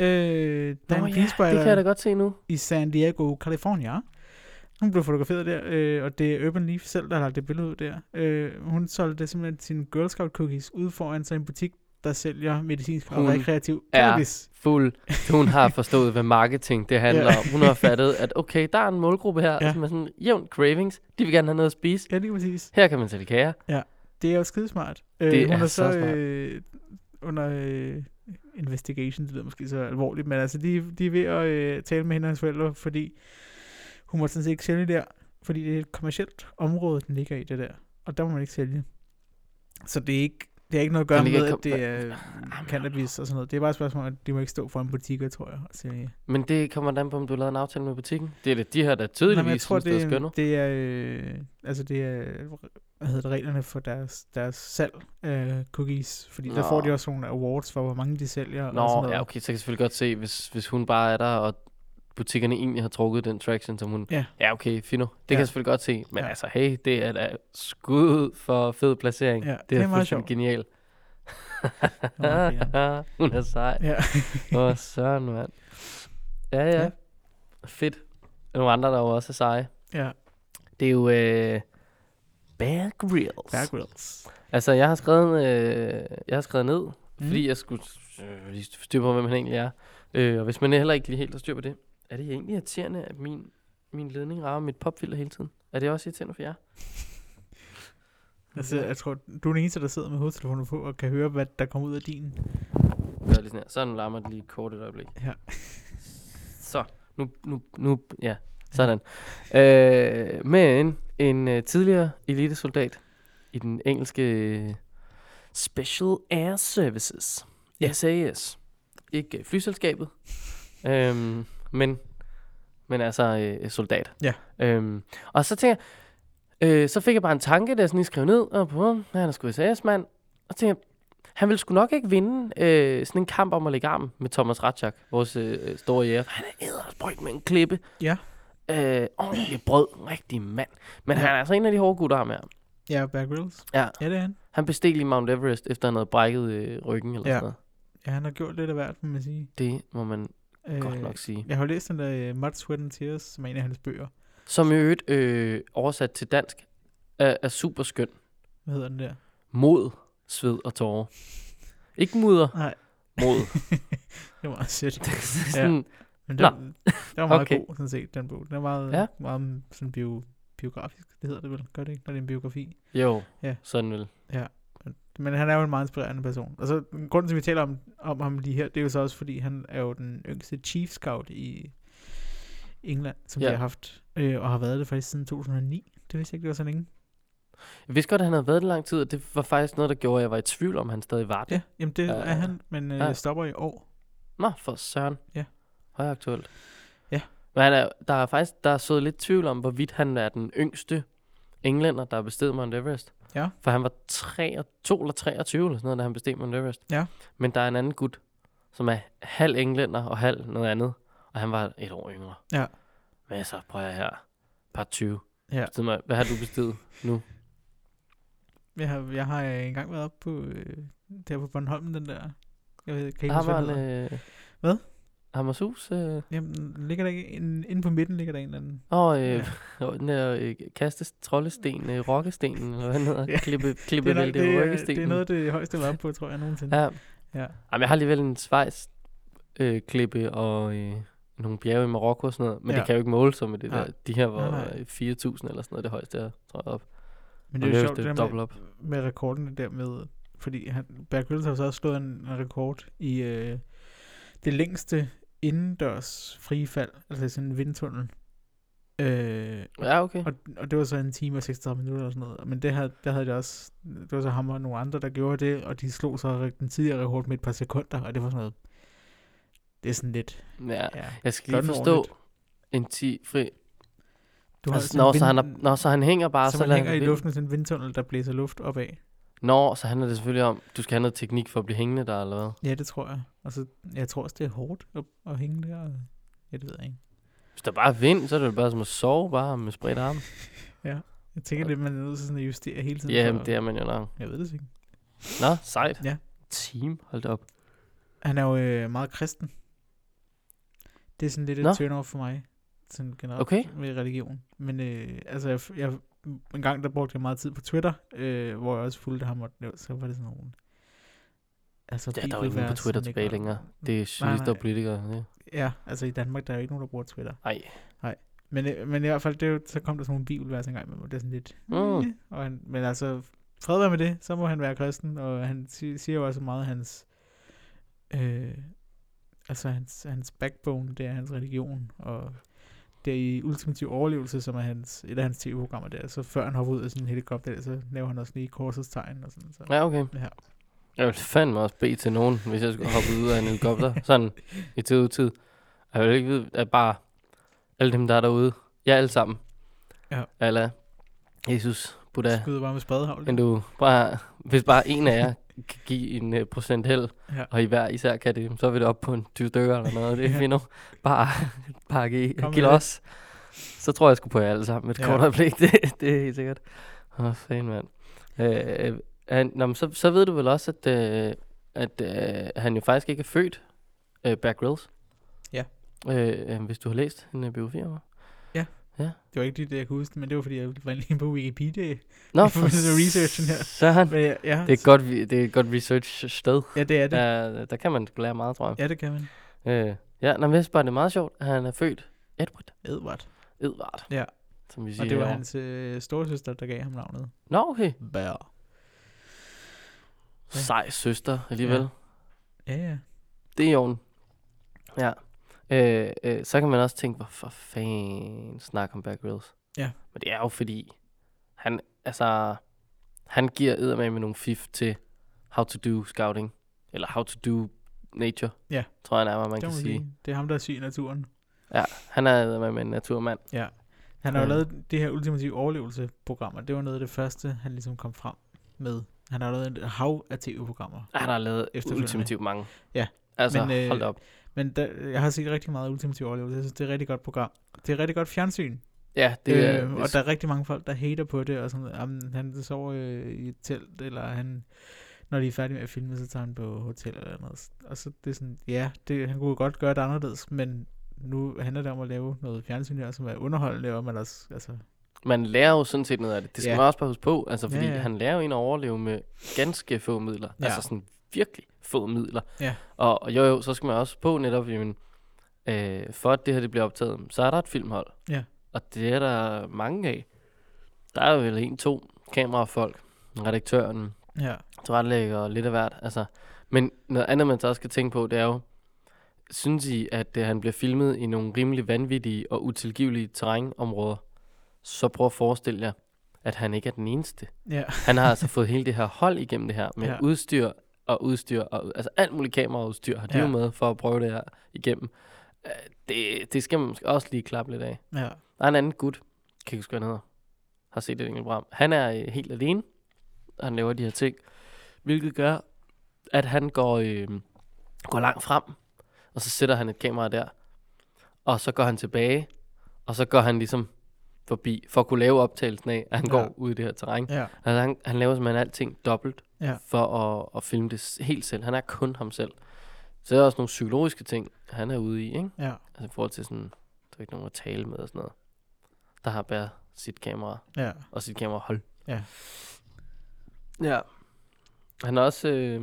S1: øh, der er en pigespejder
S3: det kan jeg da godt se nu.
S1: i San Diego, California. Hun blev fotograferet der, øh, og det er Urban Leaf selv, der har lagt det billede ud der. Øh, hun solgte simpelthen sine Girl Scout cookies ude foran sig i en butik, der sælger medicinsk og
S3: Hun
S1: rekreativ
S3: er-
S1: cannabis.
S3: Fuld. Hun har forstået, hvad marketing det handler
S1: Ja.
S3: om. Hun har fattet, at okay, der er en målgruppe her,
S1: Ja.
S3: som er sådan jævn cravings. De vil gerne have noget at spise.
S1: Ja, lige præcis.
S3: Her kan man sælge kager.
S1: Det er jo skidesmart. Øh,
S3: Det
S1: hun
S3: er
S1: er
S3: så smart.
S1: Øh, under øh, investigation, det lyder måske så alvorligt, men altså, de, de er ved at øh, tale med hende og hendes forældre, fordi hun må sådan set ikke sælge der, fordi det er et kommersielt område, den ligger i det der, og der må man ikke sælge. Så det er ikke, det har ikke noget at gøre
S3: Den ligger
S1: med,
S3: i
S1: at
S3: kom-
S1: det er cannabis og sådan noget. Det er bare et spørgsmål, at de må ikke stå for en butik, jeg tror jeg. og sælge.
S3: Men det kommer an på, om du lavede en aftale med butikken. Det er det, de her, der
S1: Nej,
S3: tydeligvis
S1: men jeg tror,
S3: synes, det, er
S1: det,
S3: skønne.
S1: er, det er, øh, altså det er, hvad hedder det, reglerne for deres, deres salg af cookies, fordi Nå. der får
S3: Nå.
S1: de også nogle awards for, hvor mange de sælger og sådan
S3: Nå,
S1: noget.
S3: ja, okay, så kan jeg selvfølgelig godt se, hvis, hvis hun bare er der, og butikkerne egentlig har trukket den traction, som hun...
S1: Ja.
S3: ja okay, fino. Det kan
S1: Ja.
S3: jeg selvfølgelig godt se. Men
S1: Ja.
S3: altså, hey, det er da skud for fed placering.
S1: Ja,
S3: det
S1: det
S3: er,
S1: er meget sjovt.
S3: fuldstændig genialt.
S1: Nå, okay,
S3: hun er sej.
S1: Ja.
S3: Åh, søren, mand. Ja, ja, ja.
S1: Ja.
S3: Fedt. Der er Nogle andre, der jo også er seje.
S1: ja.
S3: Det er jo øh, Bear Grylls.
S1: Bear Grylls.
S3: Altså, jeg har skrevet, øh, jeg har skrevet ned, mm.
S1: Mm.
S3: fordi jeg skulle øh, lige få styr på, hvem han egentlig er. Øh, og hvis man heller ikke lige helt har styr på det, er det egentlig irriterende, at min, min ledning rammer mit popfilter hele tiden? Er det også irriterende for jer?
S1: Altså, jeg tror, du er den eneste, der sidder med hovedtelefoner på og kan høre, hvad der kommer ud af din.
S3: Gør jeg lige sådan, her. sådan larmer det lige et kort et øjeblik.
S1: Ja.
S3: Så, nu, nu, nu, ja, sådan. Øh, men en øh, tidligere elitesoldat i den engelske øh, Special Air Services,
S1: Ja.
S3: SAS. Ikke øh, flyselskabet, øhm, men, men altså øh, soldat.
S1: Ja.
S3: Øhm, og så tænker jeg, øh, så fik jeg bare en tanke, der jeg sådan lige skrev ned, og på, han er sgu SAS-mand, og tænker jeg, han ville sgu nok ikke vinde øh, sådan en kamp om at lægge arm med Thomas Ratchak, vores øh, store jæger. Han er ædersprøjt med en klippe.
S1: Ja.
S3: Øh, ordentlig brød, rigtig mand. Men han er altså en af de hårde gutter, ham her.
S1: Ja, Bear Grylls.
S3: Ja.
S1: Ja, det er han.
S3: Han besteg lige Mount Everest, efter han havde brækket øh, ryggen eller ja.
S1: Ja.
S3: sådan noget.
S1: Ja, han har gjort lidt af hvert, må man sige.
S3: Det må man øh. godt nok sige.
S1: Jeg har jo læst den der uh, Mud, Sweat and Tears, som er en af hans bøger.
S3: Som i øvrigt øh, oversat til dansk er, er super skøn.
S1: Hvad hedder den der?
S3: Mod, sved og tårer. Ikke mudder,
S1: Nej,
S3: mod.
S1: det var meget sødt.
S3: Det er sådan,
S1: Men
S3: Nå.
S1: den, den var meget
S3: Okay.
S1: okay. god, sådan set, den bog. Den er meget,
S3: Ja.
S1: ja. meget sådan bio, biografisk, det hedder det vel, gør det ikke, når det er en biografi.
S3: ja. Jo,
S1: Ja.
S3: sådan vel.
S1: Men han er jo en meget inspirerende person. Og så grunden til, at vi taler om, om ham lige her, det er jo så også, fordi han er jo den yngste chief scout i England, som
S3: Ja.
S1: ja. de har haft, øh, og har været det faktisk siden 2009. Det vidste jeg ikke, det var så længe.
S3: Jeg vidste godt, at han havde været det lang tid, og det var faktisk noget, der gjorde, at jeg var i tvivl om, at han stadig var det.
S1: Ja, jamen det
S3: Ja,
S1: øh,
S3: ja,
S1: er
S3: ja.
S1: han, men øh,
S3: Ja.
S1: ja. stopper i år.
S3: Nå, for søren.
S1: Ja.
S3: Højaktuelt.
S1: Ja.
S3: Men han er, der er faktisk der er sået lidt tvivl om, hvorvidt han er den yngste englænder, der har besteget Mount Everest.
S1: Ja.
S3: For han var 3, 2 eller 23 eller sådan noget, da han besteg Mount Everest.
S1: Ja.
S3: Men der er en anden gut, som er halv englænder og halv noget andet. Og han var et år yngre.
S1: Ja.
S3: Men så prøver jeg her. Par 20.
S1: Ja.
S3: Sig mig, hvad har du besteget nu?
S1: Jeg har, jeg har engang været oppe på, øh, der på Bornholm, den der, jeg ved, kan ikke huske, hvad den
S3: Hammer,
S1: hedder.
S3: øh,
S1: Hvad?
S3: Hammershus? Øh,
S1: Jamen, ligger der ikke, en, inde på midten ligger der en eller anden.
S3: Og øh, ja. den her øh, kaste troldesten, øh, rokkestenen, eller hvad den hedder, ja.
S1: Ja.
S3: klippe, klippe
S1: Det er, nok,
S3: det
S1: det,
S3: vælte
S1: er, det er
S3: rokkestenen.
S1: noget af det højeste, jeg var oppe på, tror jeg nogensinde.
S3: Ja.
S1: Ja.
S3: Jamen, jeg har alligevel en Schweiz øh, klippe og øh, nogle bjerge i Marokko og sådan noget, men ja.
S1: Ja.
S3: det kan jo ikke måle sig med det
S1: Nej.
S3: der. De her var
S1: Nej, nej.
S3: øh, 4.000 eller sådan noget, det højeste jeg tror jeg op.
S1: Men
S3: Og
S1: det er jo sjovt,
S3: det
S1: det
S3: dobbelt
S1: der
S3: op.
S1: med, med rekorden der med, fordi han, Bear Grylls har jo så også slået en, en rekord i øh, det længste indendørs frifald, altså i sådan en vindtunnel. Øh,
S3: Ja, okay.
S1: og, og det var så en time og 36 minutter eller sådan noget. Men det havde, der havde det også, det var så ham og nogle andre, der gjorde det, og de slog så den tidligere rekord med et par sekunder, og det var sådan noget, det er sådan lidt,
S3: Ja.
S1: ja.
S3: Jeg skal
S1: Gør
S3: lige
S1: den
S3: forstå
S1: ordentligt.
S3: en 10 fri.
S1: Du har
S3: Altså,
S1: sådan en
S3: når, så han,
S1: vind-
S3: er, når så han hænger bare,
S1: så
S3: så,
S1: man
S3: lader
S1: hænger
S3: han
S1: i
S3: vind.
S1: luften i sådan en vindtunnel, der blæser luft opad.
S3: Nå, så handler det selvfølgelig om, du skal have noget teknik for at blive hængende der, eller hvad?
S1: Ja, det tror jeg. Og så, jeg tror også, det er hårdt at, at hænge der. og- Ja, det ved jeg ikke.
S3: Hvis der bare er vind, så er det jo bare som at sove bare med spredt arme.
S1: Jeg tænker lidt, man er nødt til sådan at justere hele tiden.
S3: Ja,
S1: for-
S3: det er man jo nok.
S1: Jeg ved det ikke.
S3: Nå, sejt.
S1: Ja.
S3: team, hold da op.
S1: Han er jo øh, meget kristen. Det er sådan lidt
S3: Nå.
S1: et turn-off for mig, sådan generelt
S3: Okay.
S1: med religion. Men øh, altså, jeg, f- jeg, en gang der brugte jeg meget tid på Twitter, øh, hvor jeg også fulgte ham, og det var- så var det sådan nogle... Altså,
S3: Ja, der er jo ikke nogen på
S1: bibelvers,
S3: Twitter
S1: som ikke
S3: tilbage
S1: var-
S3: længere. Det er journalister og
S1: nej.
S3: politikere. Ja.
S1: Ja, altså i Danmark, der er jo ikke nogen, der bruger Twitter.
S3: Ej.
S1: Men, øh, men i hvert fald, det er jo, så kom der sådan nogle bibelvers engang med mig, det er sådan lidt...
S3: Mm.
S1: "Eh", Og han, men altså, fred være med det, så må han være kristen, og han si- siger jo også meget, at hans... Øh, altså, hans, hans backbone, det er hans religion, og det er i Ultimativ Overlevelse, som er hans, et af hans tv-programmer der, så før han hopper ud af sin helikopter, der, så laver han også lige korsets tegn og sådan. Så.
S3: Ja, okay.
S1: Ja.
S3: Jeg ville fandme også bede til nogen, hvis jeg skulle hoppe ud af en helikopter. Sådan i tid og tid. Jeg vil ikke vide, at bare alle dem, der er derude. Ja, alle sammen.
S1: Ja.
S3: Alla. Jesus, Buddha.
S1: Skyder bare med spadehavl.
S3: Men du, bare, hvis bare en af jer kan give en uh, procent held,
S1: Ja.
S3: ja. og I hver især kan det, så er vi det op på en 20 stykker eller noget. Det
S1: Ja.
S3: er fint nu. Bare pakke i.
S1: Kom
S3: Giv
S1: med det.
S3: os. Så tror jeg, sgu på jer alle sammen et
S1: Ja.
S3: ja. kort øjeblik. Det, det er helt sikkert. Åh, oh, fan, mand. Øh, han, nå, men så, så ved du vel også, at, øh, at øh, han jo faktisk ikke er født, øh, Bear Grylls.
S1: Ja.
S3: Øh, øh, hvis du har læst en øh, biografi om ham.
S1: Det var ikke lige det, jeg kunne huske, men det var, fordi jeg var lige på Wikipedia.
S3: Nå,
S1: for researchen her.
S3: Søren.
S1: Men ja, ja,
S3: Det er, et godt, vi- det er et godt research sted.
S1: ja, det er det. Ja,
S3: Der, der kan man sgu lære meget, tror jeg.
S1: ja det kan man.
S3: Øh, ja, når jeg bare, det er meget sjovt, at han er født Edward.
S1: Edward.
S3: Edward.
S1: Ja.
S3: Som vi siger
S1: Og det var
S3: herovre.
S1: hans øh, storesøster, der gav ham navnet.
S3: Nå, okay.
S1: Bær. Ja.
S3: Sej søster alligevel.
S1: Ja. Ja, ja.
S3: Det er i orden. Ja. Øh, øh, så kan man også tænke, hvorfor fanden snakker om Bear Grylls?
S1: Ja.
S3: Men det er jo fordi, han, altså, han giver med med nogle fif til how to do scouting. Eller how to do nature.
S1: Ja.
S3: Tror jeg nærmere, man
S1: Det,
S3: kan
S1: kan
S3: sige.
S1: sige. det er ham, der er syg i naturen.
S3: Ja, han er med med en naturmand.
S1: Han har jo
S3: Ja.
S1: lavet det her ultimative overlevelseprogram, og det var noget af det første, han ligesom kom frem med. Han har lavet et hav af tv-programmer.
S3: Han har lavet
S1: Efterfølgende.
S3: ultimativt mange.
S1: Ja.
S3: Altså,
S1: Men,
S3: Men,
S1: øh,
S3: øh, hold da op.
S1: Men der, jeg har set rigtig meget ultimative overlevelse. Jeg synes, det er et rigtig godt program. Det er et rigtig godt fjernsyn.
S3: Ja, det,
S1: Det,
S3: er-
S1: øh,
S3: det,
S1: og der er rigtig mange folk, der hater på det, og sådan, jamen, han sover øh, i et telt, eller han, når de er færdige med at filme, så tager han på hotel eller noget. Og så det er sådan, ja, det, han kunne godt gøre det anderledes, men nu handler det om at lave noget fjernsyn her, som er underholdende, og man også, altså,
S3: man lærer jo sådan set noget af det. Det skal
S1: Ja.
S3: man også bare huske på, altså, fordi
S1: Ja, ja.
S3: han lærer jo en at overleve med ganske få midler.
S1: Ja.
S3: Ja. Altså sådan virkelig få midler.
S1: Ja.
S3: Og, og jo, jo, så skal man også på netop, jamen, øh, for at det her det bliver optaget, så er der et filmhold.
S1: Ja.
S3: Og det er der mange af. Der er jo vel en, to kamerafolk, redaktøren,
S1: ja,
S3: tilrettelægger og lidt af hvert. Altså. Men noget andet, man så også skal tænke på, det er jo, synes I, at øh, han bliver filmet i nogle rimelig vanvittige og utilgivelige terrænområder, så prøv at forestille jer, at han ikke er den eneste.
S1: ja,
S3: Han har altså fået hele det her hold igennem det her, med
S1: Ja.
S3: ja. udstyr og udstyr, og, altså alt muligt kameraudstyr har de
S1: Ja.
S3: ja. jo med for at prøve det her igennem. Øh, Det, det skal man måske også lige klappe lidt af.
S1: ja,
S3: Der er en anden gut, kan ikke huske, hvad han hedder, har set et enkelt program. Han er øh, helt alene, og han laver de her ting, hvilket gør, at han går, øh, går langt frem, og så sætter han et kamera der, og så går han tilbage, og så går han ligesom forbi, for at kunne lave optagelsen af, at han
S1: Ja.
S3: ja. går ud i det her terræn.
S1: ja,
S3: Altså, han, han laver simpelthen alting dobbelt,
S1: Ja.
S3: for at, at filme det s- helt selv. Han er kun ham selv. Så er der også nogle psykologiske ting, han er ude i, ikke?
S1: ja,
S3: Altså i forhold til sådan, der er ikke nogen at tale med og sådan noget. Der har bare sit kamera
S1: ja,
S3: og sit kamerahold.
S1: Ja.
S3: Ja. Han har også, øh,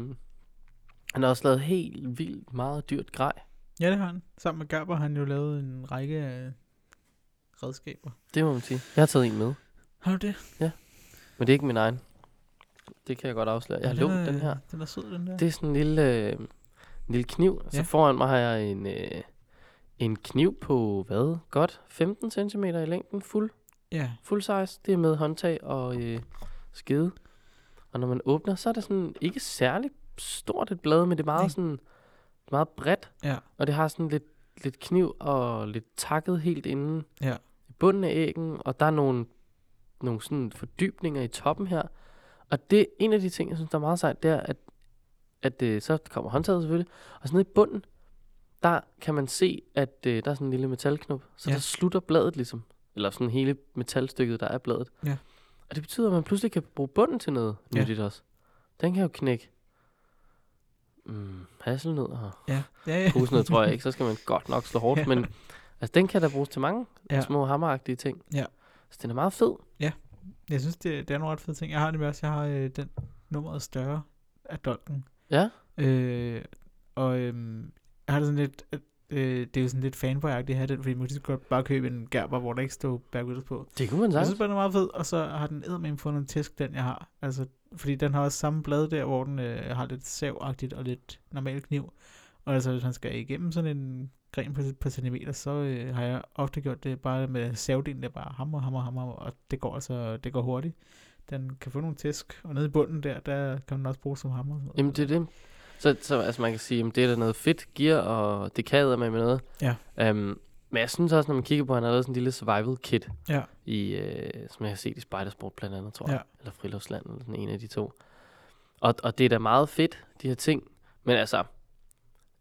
S3: han har også lavet helt vildt meget dyrt grej.
S1: ja, det har han. Sammen med Gerber har han jo lavet en række af redskaber.
S3: Det må man sige. Jeg har taget en med,
S1: Har du det?
S3: men det er ikke min egen. Det kan jeg godt afsløre. Jeg har
S1: den
S3: lånt
S1: er-
S3: den her.
S1: Den er sød, den der.
S3: Det er sådan en lille, øh, en lille kniv. Ja.
S1: Ja.
S3: Så foran mig har jeg en, øh, en kniv på, hvad? Godt 15 cm i længden, fuld.
S1: Ja,
S3: Full size, det er med håndtag og øh, skede. Og når man åbner, så er det sådan ikke særlig stort et blad, men det er
S1: Nej.
S3: meget, sådan, meget bredt.
S1: Ja.
S3: Og det har sådan lidt, lidt kniv og lidt takket helt inde
S1: Ja.
S3: i bunden af æggen. Og der er nogle, nogle sådan fordybninger i toppen her. Og det en af de ting, jeg synes, der er meget sejt, det er, at, at øh, så kommer håndtaget selvfølgelig. Og så nede i bunden, der kan man se, at øh, der er sådan en lille metalknop. Så
S1: Ja.
S3: ja. der slutter bladet ligesom. Eller sådan hele metalstykket, der er bladet.
S1: Ja.
S3: Og det betyder, at man pludselig kan bruge bunden til noget
S1: Ja.
S3: ja. nyttigt også. Den kan jo knække mm, hasselnød og
S1: Ja. ja, ja.
S3: Husene tror jeg ikke, så skal man godt nok slå hårdt,
S1: Ja.
S3: ja. men altså, den kan da bruges til mange
S1: Ja.
S3: ja. små hammeragtige ting.
S1: Ja.
S3: Så den er meget fed.
S1: Jeg synes, det, det er nogle ret fede ting. Jeg har det med også. Jeg har øh, den nummeret større af dolken.
S3: Ja.
S1: Øh, og øh, jeg har det sådan lidt... at, Øh, det er jo sådan lidt fanboy-agtigt at have den, fordi man kan lige så godt bare købe en gerber, hvor der ikke står bærgulvet på.
S3: Det kunne man
S1: Jeg
S3: sagtens.
S1: synes bare, den er meget fed, og så har den eddermame fået nogle tæsk, den jeg har. Altså, fordi den har også samme blad der, hvor den øh, har lidt savagtigt og lidt normal kniv. Og altså, hvis man skal igennem sådan en gren på et par centimeter, så øh, har jeg ofte gjort det bare med savdelen, der bare hammer, hammer, hammer, og det går altså, det går hurtigt. Den kan få nogle tæsk, og nede i bunden der, der kan den også bruge som hammer. og sådan noget.
S3: Jamen, det er det. Så, så altså, man kan sige, at det er da noget fedt gear, og det kan med med noget.
S1: Ja.
S3: Øhm, men jeg synes også, når man kigger på, at han har lavet sådan en lille survival kit,
S1: Ja.
S3: i, øh, som jeg har set i Spidersport blandt andet, tror
S1: Ja.
S3: jeg. Eller Friluftsland, eller sådan en af de to. Og, og det er da meget fedt, de her ting. Men altså,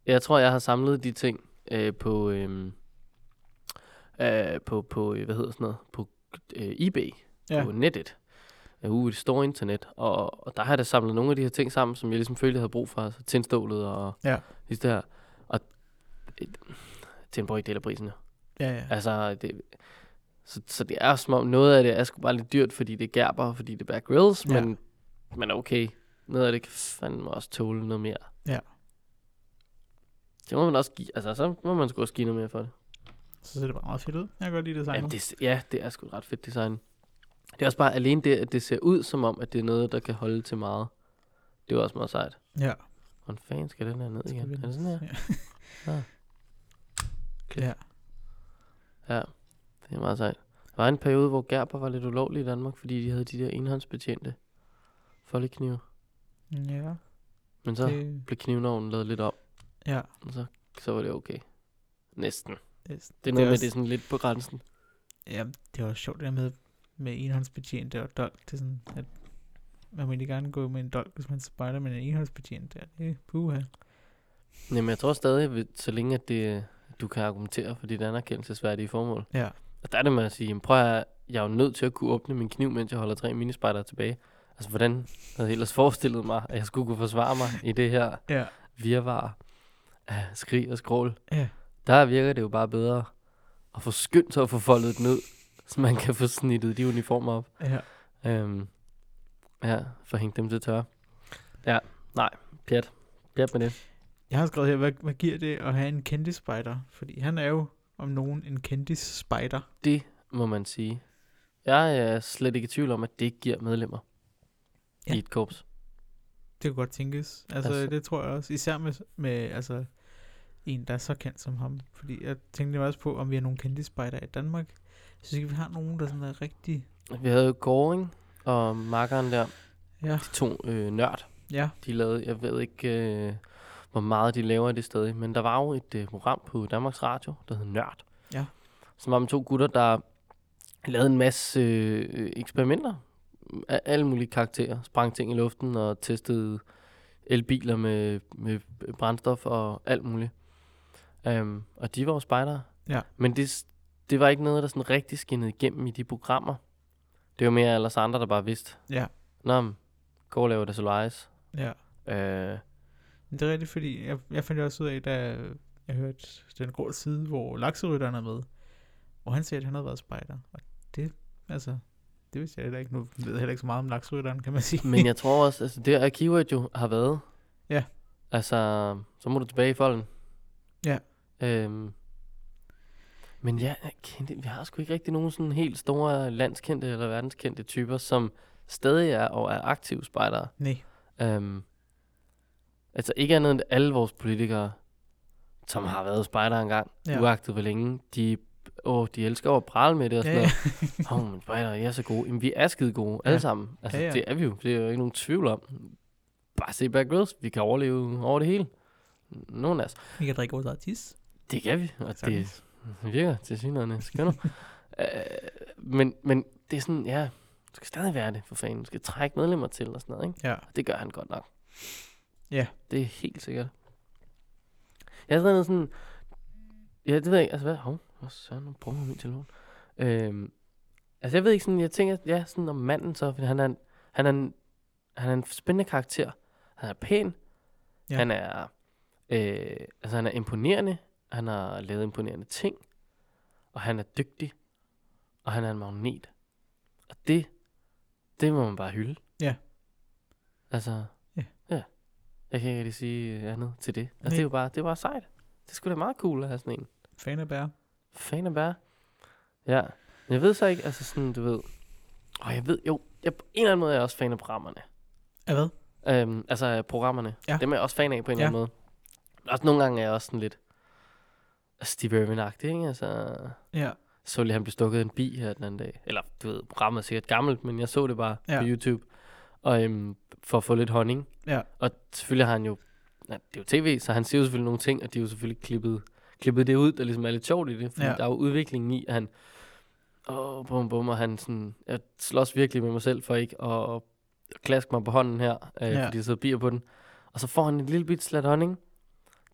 S3: jeg tror, jeg har samlet de ting øh, på, øh, øh, på, på, øh, hvad hedder sådan noget, på øh, eBay,
S1: Ja.
S3: ja. på nettet. Øh, ude i det store internet. Og, og der har jeg da samlet nogle af de her ting sammen, som jeg ligesom følte, jeg havde brug for. Altså tændstålet og
S1: Ja.
S3: det her. Og øh, til en brøkdel af prisen, jo.
S1: Ja, ja.
S3: Altså, det, så, så det er som om noget af det er sgu bare lidt dyrt, fordi det er gerber, og fordi det er Bear Grylls,
S1: Ja.
S3: ja. men, men okay, noget af det kan fandme også tåle noget mere.
S1: Ja.
S3: Det må man også give, altså så må man sgu også give noget mere for det.
S1: Så ser det bare meget fedt ud. Jeg kan godt lide det
S3: Jamen, det ja, det er sgu et ret fedt design. Det er også bare alene det, at det ser ud som om, at det er noget, der kan holde til meget. Det er også meget sejt.
S1: Ja.
S3: Hvordan fanden skal den her ned
S1: Skal
S3: igen?
S1: vi-
S3: Er det sådan her? Ah. Ja, det er meget sejt. Der var en periode, hvor gerber var lidt ulovlig i Danmark, fordi de havde de der enhåndsbetjente foldeknive.
S1: Ja.
S3: Men så
S1: Ja.
S3: det...
S1: Det,
S3: blev knivloven lavet lidt op,
S1: ja.
S3: og så, så var det okay. Næsten.
S1: Det,
S3: Det er noget det er med,
S1: også-
S3: det er sådan lidt på grænsen.
S1: Ja, det var sjovt det der med, med enhåndsbetjente og dolk. Det er sådan, at man må egentlig gerne gå med en dolk, hvis man spejder med en enhåndsbetjent. Ja, det er puha.
S3: Jamen, jeg tror stadig, at så længe at det, du kan argumentere for dit anerkendelsesværdige formål.
S1: Ja.
S3: Og der er det med at sige, jamen, prøv at høre, jeg er jo nødt til at kunne åbne min kniv, mens jeg holder tre minispejder tilbage. Altså, hvordan havde jeg ellers forestillet mig, at jeg skulle kunne forsvare mig i det her
S1: Ja.
S3: virvar af skrig og skrål.
S1: Ja.
S3: Der virker det jo bare bedre at få skyndt sig at få foldet den ud, så man kan få snittet de uniformer op.
S1: Ja.
S3: Øhm, ja, for hængt dem til tørre. Ja, nej, pjat. Pjat med det.
S1: Jeg har skrevet her, hvad, hvad giver det at have en kendis spider? Fordi han er jo om nogen en kendis spider.
S3: Det må man sige. Jeg er slet ikke i tvivl om, at det ikke giver medlemmer
S1: Ja.
S3: ja. i et korps.
S1: Det kunne godt tænkes. Altså, altså,
S3: Altså-
S1: det tror jeg også. Især med, med altså, en, der er så kendt som ham. Fordi jeg tænkte nemlig også på, om vi har nogle kendis spider i Danmark. Jeg synes ikke, vi har nogen, der sådan er rigtig...
S3: Vi havde jo Goring og makkeren der,
S1: Ja.
S3: de to øh, nørd,
S1: Ja.
S3: de lavede, jeg ved ikke, øh, hvor meget de laver det stadig, men der var jo et øh, program på Danmarks Radio, der hed Nørd,
S1: Ja.
S3: som var med to gutter, der lavede en masse øh, eksperimenter af alle mulige karakterer, sprang ting i luften og testede elbiler med, med brændstof og alt muligt. Um, og de var jo spejdere.
S1: Ja.
S3: Men det, det var ikke noget, der sådan rigtig skinnede igennem i de programmer. Det var mere alle os andre, der bare vidste.
S1: Ja.
S3: Nå, men, gå og lave det Solaris.
S1: Ja.
S3: Øh,
S1: Men Det er rigtigt, fordi jeg, jeg fandt jo også ud af, da jeg hørte den grå side, hvor lakserytteren er med, hvor han siger, at han havde været spejder. Og det, altså, det vidste jeg heller ikke. Nu ved jeg heller ikke så meget om lakserytteren, kan man sige.
S3: men jeg tror også, altså det arkivet jo har været.
S1: Ja.
S3: Altså, så må du tilbage i folden.
S1: Ja.
S3: Øhm, men ja, jeg kendte, vi har sgu ikke rigtig nogen sådan helt store landskendte eller verdenskendte typer, som stadig er og er aktive spejdere.
S1: Nej,
S3: Øhm, altså ikke andet end alle vores politikere, som har været spejdere engang,
S1: Ja.
S3: ja. uagtet hvor længe, de, åh, de elsker at prale med det og
S1: ja,
S3: sådan
S1: ja.
S3: noget. Åh, oh, men spejder, I er så gode. Jamen, vi er skide gode, alle
S1: Ja.
S3: sammen. Altså,
S1: Ja,
S3: ja,
S1: ja.
S3: ja. det er vi jo. Det er jo ikke nogen tvivl om. Bare se Bear Grylls. Vi kan overleve over det hele. Nogen af os.
S1: Vi kan drikke vores eget tis.
S3: Det kan vi, og
S1: Sagtens.
S3: det virker til synerne. Skønner. øh, men, men det er sådan, ja, du skal stadig være det, for fanden. Du skal trække medlemmer til og sådan noget, ikke?
S1: Ja.
S3: Og det gør han godt nok.
S1: Ja.
S3: Det er helt sikkert. Jeg har sådan sådan... Ja, det ved jeg ikke. Altså, hvad? Hov, hvor søren, nu bruger jeg min telefon. Øhm, altså, jeg ved ikke sådan... Jeg tænker, ja, sådan om manden så, fordi han er en, han er en, han er en spændende karakter. Han er pæn.
S1: Ja.
S3: Ja. Han er øh, altså han er imponerende, han har lavet imponerende ting, og han er dygtig, og han er en magnet. Og det, det må man bare hylde.
S1: Ja.
S3: Altså,
S1: Ja.
S3: ja. Jeg kan ikke rigtig sige øh, andet til det. Altså,
S1: Nej.
S3: det er jo bare, det er bare sejt. Det skulle da meget cool at have sådan en.
S1: Fan af bær.
S3: Fan af bær. Ja. Men jeg ved så ikke, altså sådan, du ved... Og jeg ved, jo, jeg, på en eller anden måde er jeg også fan af programmerne.
S1: Af hvad?
S3: Øhm, altså øh, programmerne.
S1: Ja.
S3: Dem er jeg også fan af på en eller
S1: Ja.
S3: anden måde. Men Også nogle gange er jeg også sådan lidt Steve Irwin-agtig, ikke? Altså,
S1: Ja.
S3: så lige han blev stukket af en bi her den anden dag. Eller, du ved, programmet er sikkert gammelt, men jeg så det bare
S1: Ja.
S3: ja. på YouTube. Og øhm, for at få lidt honning.
S1: Ja.
S3: Og selvfølgelig har han jo, ja, det er jo tv, så han siger jo selvfølgelig nogle ting, og de er jo selvfølgelig klippet, klippet det ud, der ligesom er lidt sjovt i det. Fordi
S1: Ja.
S3: ja. der er jo udviklingen i, at han, åh, bum, bum, og han sådan, jeg slås virkelig med mig selv for ikke at, at klaske mig på hånden her, øh,
S1: Ja.
S3: ja. fordi jeg sidder bier på den. Og så får han en lille bit slat honning.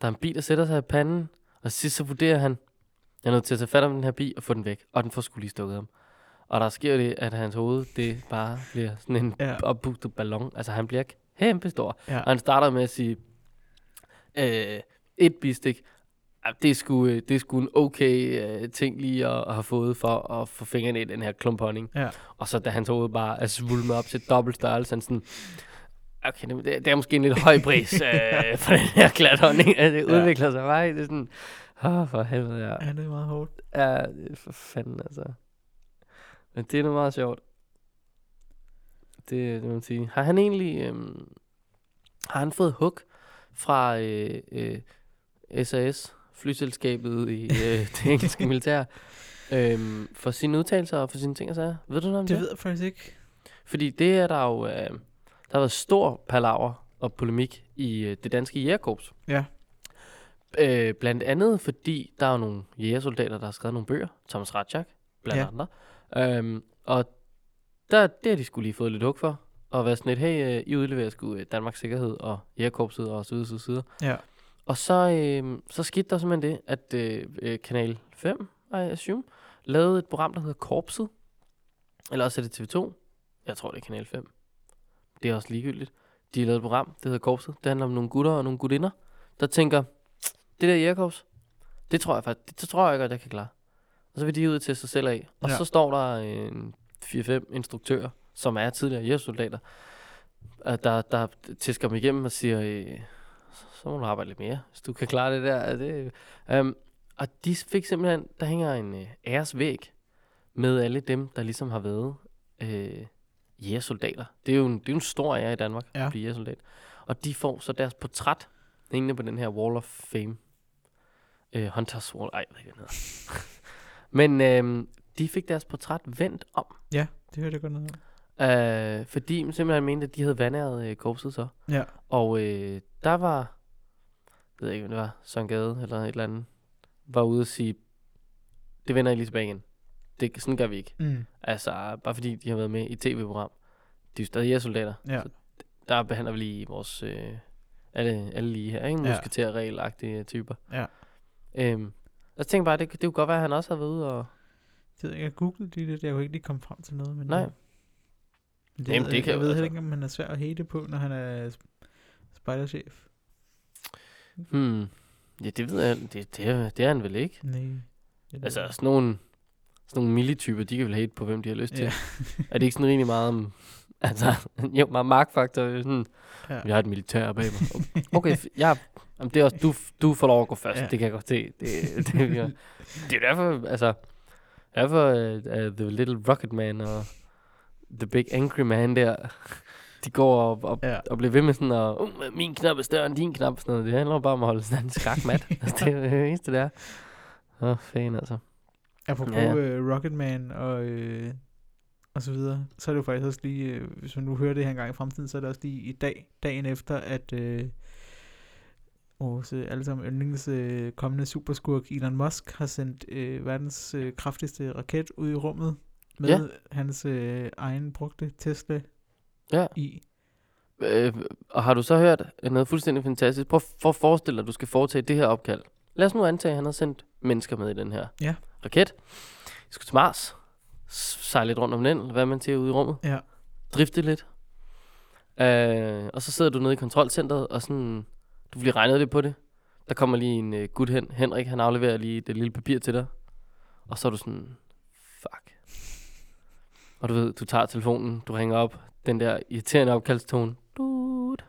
S3: Der er en bi, der sætter sig i panden, og sidst så vurderer han, jeg er nødt til at tage fat om den her bi og få den væk. Og den får skulle lige stukket ham. Og der sker det, at hans hoved, det bare bliver sådan en
S1: Ja.
S3: ja. opbugtet ballon. Altså han bliver kæmpe stor.
S1: Ja.
S3: Og han starter med at sige, øh, et bistik, "Ah, det er, sgu, øh, det er sgu en okay øh, ting lige at, at have fået for at få fingrene i den her klump honning.
S1: Ja.
S3: Og så da hans hoved bare er svulmet op til dobbelt størrelse, han sådan, okay, det, det er måske en lidt høj pris øh, for den her klat honning. Altså, det
S1: Ja.
S3: udvikler sig bare, i- det er sådan, åh, oh, for helvede, ja.
S1: Ja, det er meget hårdt.
S3: Ja, det er for fanden altså. Men det er noget meget sjovt. Det, det må man sige. Har han egentlig... Øhm, har han fået hug fra øh, øh, SAS, flyselskabet i øh, det engelske militær, øhm, for sine udtalelser og for sine ting og sager? Ved du noget om
S1: Det
S3: det?
S1: ved jeg faktisk ikke.
S3: Fordi det er der jo... Øh, der har været stor palaver og polemik i øh, det danske jægerkorps.
S1: Ja.
S3: Øh, blandt andet fordi der er jo nogle jægersoldater, der har skrevet nogle bøger. Thomas Ratchak, blandt
S1: Ja.
S3: ja. andre. Øhm, og der, det har de skulle lige fået lidt hug for. Og være sådan lidt, hey, øh, I udleverer sgu øh, Danmarks Sikkerhed og Jægerkorpset og så videre, så videre, så videre.
S1: Ja.
S3: Og så, øh, så skete der simpelthen det, at øh, øh, Kanal 5, I assume, lavede et program, der hedder Korpset. Eller også er det TV2. Jeg tror, det er Kanal 5. Det er også ligegyldigt. De har lavet et program, det hedder Korpset. Det handler om nogle gutter og nogle gutinder, der tænker, det der jægerkorps, det tror jeg faktisk, det, det tror jeg godt, jeg kan klare. Og så vil de ud til sig selv af. Og
S1: Ja.
S3: ja. så står der en 4-5 instruktører, som er tidligere jægersoldater, øh, der, der tisker dem igennem og siger, øh, så må du arbejde lidt mere, hvis du kan klare det der. Øh, Det, um, og de fik simpelthen, der hænger en øh, æresvæg med alle dem, der ligesom har været øh, jægersoldater. Det er, jo en, det er jo en stor ære i Danmark
S1: Ja.
S3: ja. at blive jægersoldat. Og de får så deres portræt hængende på den her Wall of Fame. Øh, Hunters Wall. Ej, jeg ved ikke, hvad den hedder. Men øh, de fik deres portræt vendt om.
S1: Ja, det hørte jeg godt noget om.
S3: Øh, fordi man simpelthen mente, at de havde vandæret øh, korpset så.
S1: Ja.
S3: Og øh, der var, jeg ved ikke, om det var Søren Gade eller et eller andet, var ude og sige, det vender jeg lige tilbage igen. Det, sådan gør vi ikke.
S1: Mm.
S3: Altså, bare fordi de har været med i et tv-program. De er jo stadig jægersoldater.
S1: Ja.
S3: Så der behandler vi lige vores... Øh, alle, alle lige her, ikke?
S1: Ja.
S3: Musketerregelagtige typer.
S1: Ja.
S3: Øhm, og så tænkte jeg bare, det, det kunne godt være, at han også har været ude og...
S1: Det ved jeg, ikke. jeg googlede lige lidt, jeg kunne ikke lige komme frem til noget. Men
S3: Nej.
S1: øh, Det,
S3: Jamen,
S1: Jamen,
S3: det
S1: det
S3: kan
S1: jeg
S3: jo
S1: ved heller
S3: altså-
S1: ikke, om han er svær at hate på, når han er sp- spejderchef.
S3: Hmm. Ja, det ved jeg. Det, det, er, det er han vel ikke?
S1: Nej. Jeg ved
S3: Altså,
S1: ikke.
S3: sådan nogle, sådan nogle millityper, de kan vel hate på, hvem de har lyst til.
S1: Ja.
S3: er det ikke sådan rimelig meget om... Altså, jo, meget magtfaktor. er jo Sådan,
S1: Ja.
S3: ja. Jeg har et militær bag mig. Okay, f- jeg, jamen, det er også, du, du får lov at gå først.
S1: Ja.
S3: Ja. Det kan jeg godt se. Det, det, det, det er derfor, altså... Derfor uh, uh, The Little Rocket Man og The Big Angry Man der, de går og, og,
S1: Ja.
S3: og bliver ved med sådan at, uh, min knap er større end din knap, og sådan noget. Det handler jo bare om at holde sådan en skakmat. altså, det er jo det eneste, det er. Åh, oh, fan altså.
S1: Apropos ja.
S3: Ja,
S1: øh, Rocketman og, øh, og så videre, så er det jo faktisk også lige, øh, hvis man nu hører det her engang i fremtiden, så er det også lige i dag, dagen efter, at øh, vores øh, alle sammen yndlings øh, kommende superskurk Elon Musk har sendt øh, verdens øh, kraftigste raket ud i rummet med ja.
S3: Ja.
S1: hans øh, egen brugte Tesla
S3: Ja.
S1: i.
S3: Øh, og har du så hørt noget fuldstændig fantastisk? Prøv for at forestille dig, at du skal foretage det her opkald. Lad os nu antage, at han har sendt mennesker med i den her
S1: Ja.
S3: raket. I skal til Mars. S- Sejle lidt rundt om den, eller hvad man til ude i rummet.
S1: Ja.
S3: Drifte lidt. Øh, og så sidder du nede i kontrolcentret og sådan Du bliver regnet lidt på det. Der kommer lige en øh, gut hen. Henrik, han afleverer lige det lille papir til dig. Og så er du sådan, fuck. Og du ved, du tager telefonen, du ringer op. Den der irriterende opkaldstone. Dut.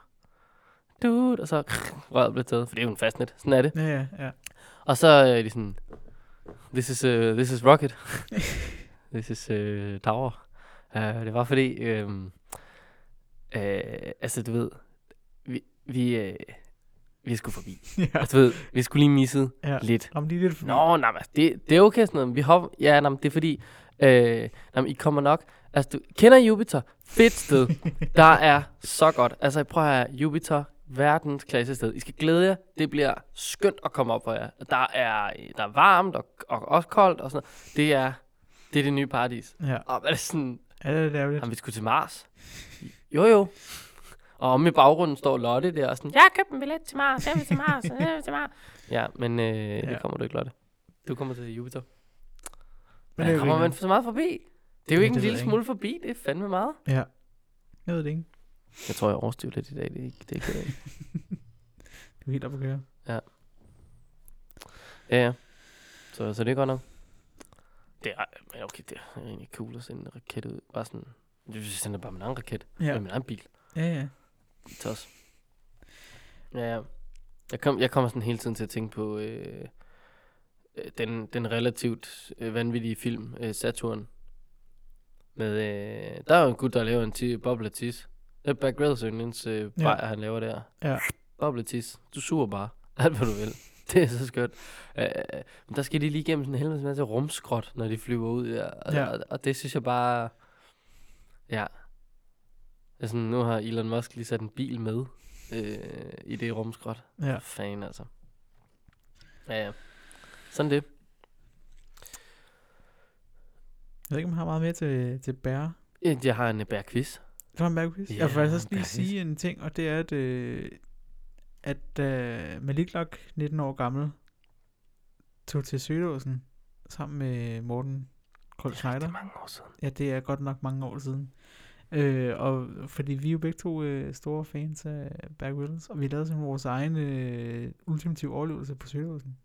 S3: Dut. Og så røret bliver taget, for det er jo en fastnet. Sådan er det.
S1: Ja, ja, ja.
S3: Og så er de sådan, this is, uh, this is Rocket. this is uh, Tower. Uh, det var fordi, uh, uh, altså du ved, vi, vi, uh, vi skulle forbi.
S1: ja.
S3: Altså, du ved, vi skulle lige misset
S1: Ja.
S3: ja. lidt.
S1: Om lige lidt for...
S3: Altså, Nå, nej, men altså, det, det er okay sådan noget. men Vi hopper, ja, nej, men det er fordi, øh, nej, men I kommer nok. Altså, du kender Jupiter. Fedt sted. Der er så godt. Altså, prøv at høre, Jupiter, verdens klasse sted. I skal glæde jer. Det bliver skønt at komme op for jer. Der er, der er varmt og, og også koldt og sådan noget. Det er, det er det nye paradis.
S1: Ja,
S3: Og er det sådan,
S1: ja det er det ærgerligt.
S3: jamen, vi skulle til Mars. Jo, jo. Og om i baggrunden står Lotte der og sådan, jeg har købt en billet til Mars, jeg vil til Mars, jeg vil til Mars. Ja, men øh, ja.
S1: Ja.
S3: det kommer du ikke, Lotte. Du kommer til Jupiter.
S1: Men det
S3: Men
S1: er
S3: ja,
S1: jo
S3: kommer man
S1: rigtigt.
S3: for så meget forbi? Det er jo
S1: Ja,
S3: ikke
S1: det
S3: en
S1: ved
S3: lille
S1: jeg ikke.
S3: smule forbi, det er fandme meget.
S1: Ja. Jeg ved det ikke.
S3: Jeg tror, jeg overstyrer lidt i dag, det er ikke det. Er ikke det.
S1: Du er helt op at køre.
S3: ja, ja. Så, så det er godt nok. Det er, men okay, det er egentlig cool at sende en raket ud. Bare sådan, jeg sender bare min egen raket ja.
S1: Ja,
S3: med min egen bil.
S1: ja, ja.
S3: Tos. Ja, ja. Jeg, kom, jeg kommer sådan hele tiden til at tænke på øh, øh, den, den relativt øh, vanvittige film, øh, Saturn. Med, øh, der er jo en gut, der laver en ti- boble tis. Det er Bear Grylls yndlings øh,
S1: Ja.
S3: bajer, han laver der.
S1: Ja.
S3: Boble tis. Du suger bare. Alt hvad du vil. Det er så skørt. Øh, men der skal de lige igennem sådan en helvedes masse rumskrot, når de flyver ud. Ja. Og,
S1: Ja.
S3: ja. Og, og, det synes jeg bare... Ja. Det er sådan, nu har Elon Musk lige sat en bil med øh, i det rumskrot.
S1: Ja.
S3: Ja. Fan altså. Ja, ja. Sådan det.
S1: Jeg ved ikke, om jeg har meget mere til, til bære.
S3: Øh, Jeg har en øh, bærquiz.
S1: Det var en bærquiz. Yeah, jeg vil
S3: Ja,
S1: faktisk også lige
S3: bærquiz.
S1: sige en ting, og det er, at, øh, at øh, Malik Lok, 19 år gammel, tog til Sydåsen sammen med Morten Kold Schneider.
S3: mange år siden.
S1: Ja, det er godt nok mange år siden. Øh, og fordi vi er jo begge to øh, store fans af Bear Grylls, og vi lavede sådan vores egen øh, ultimative overlevelse på Sydåsen.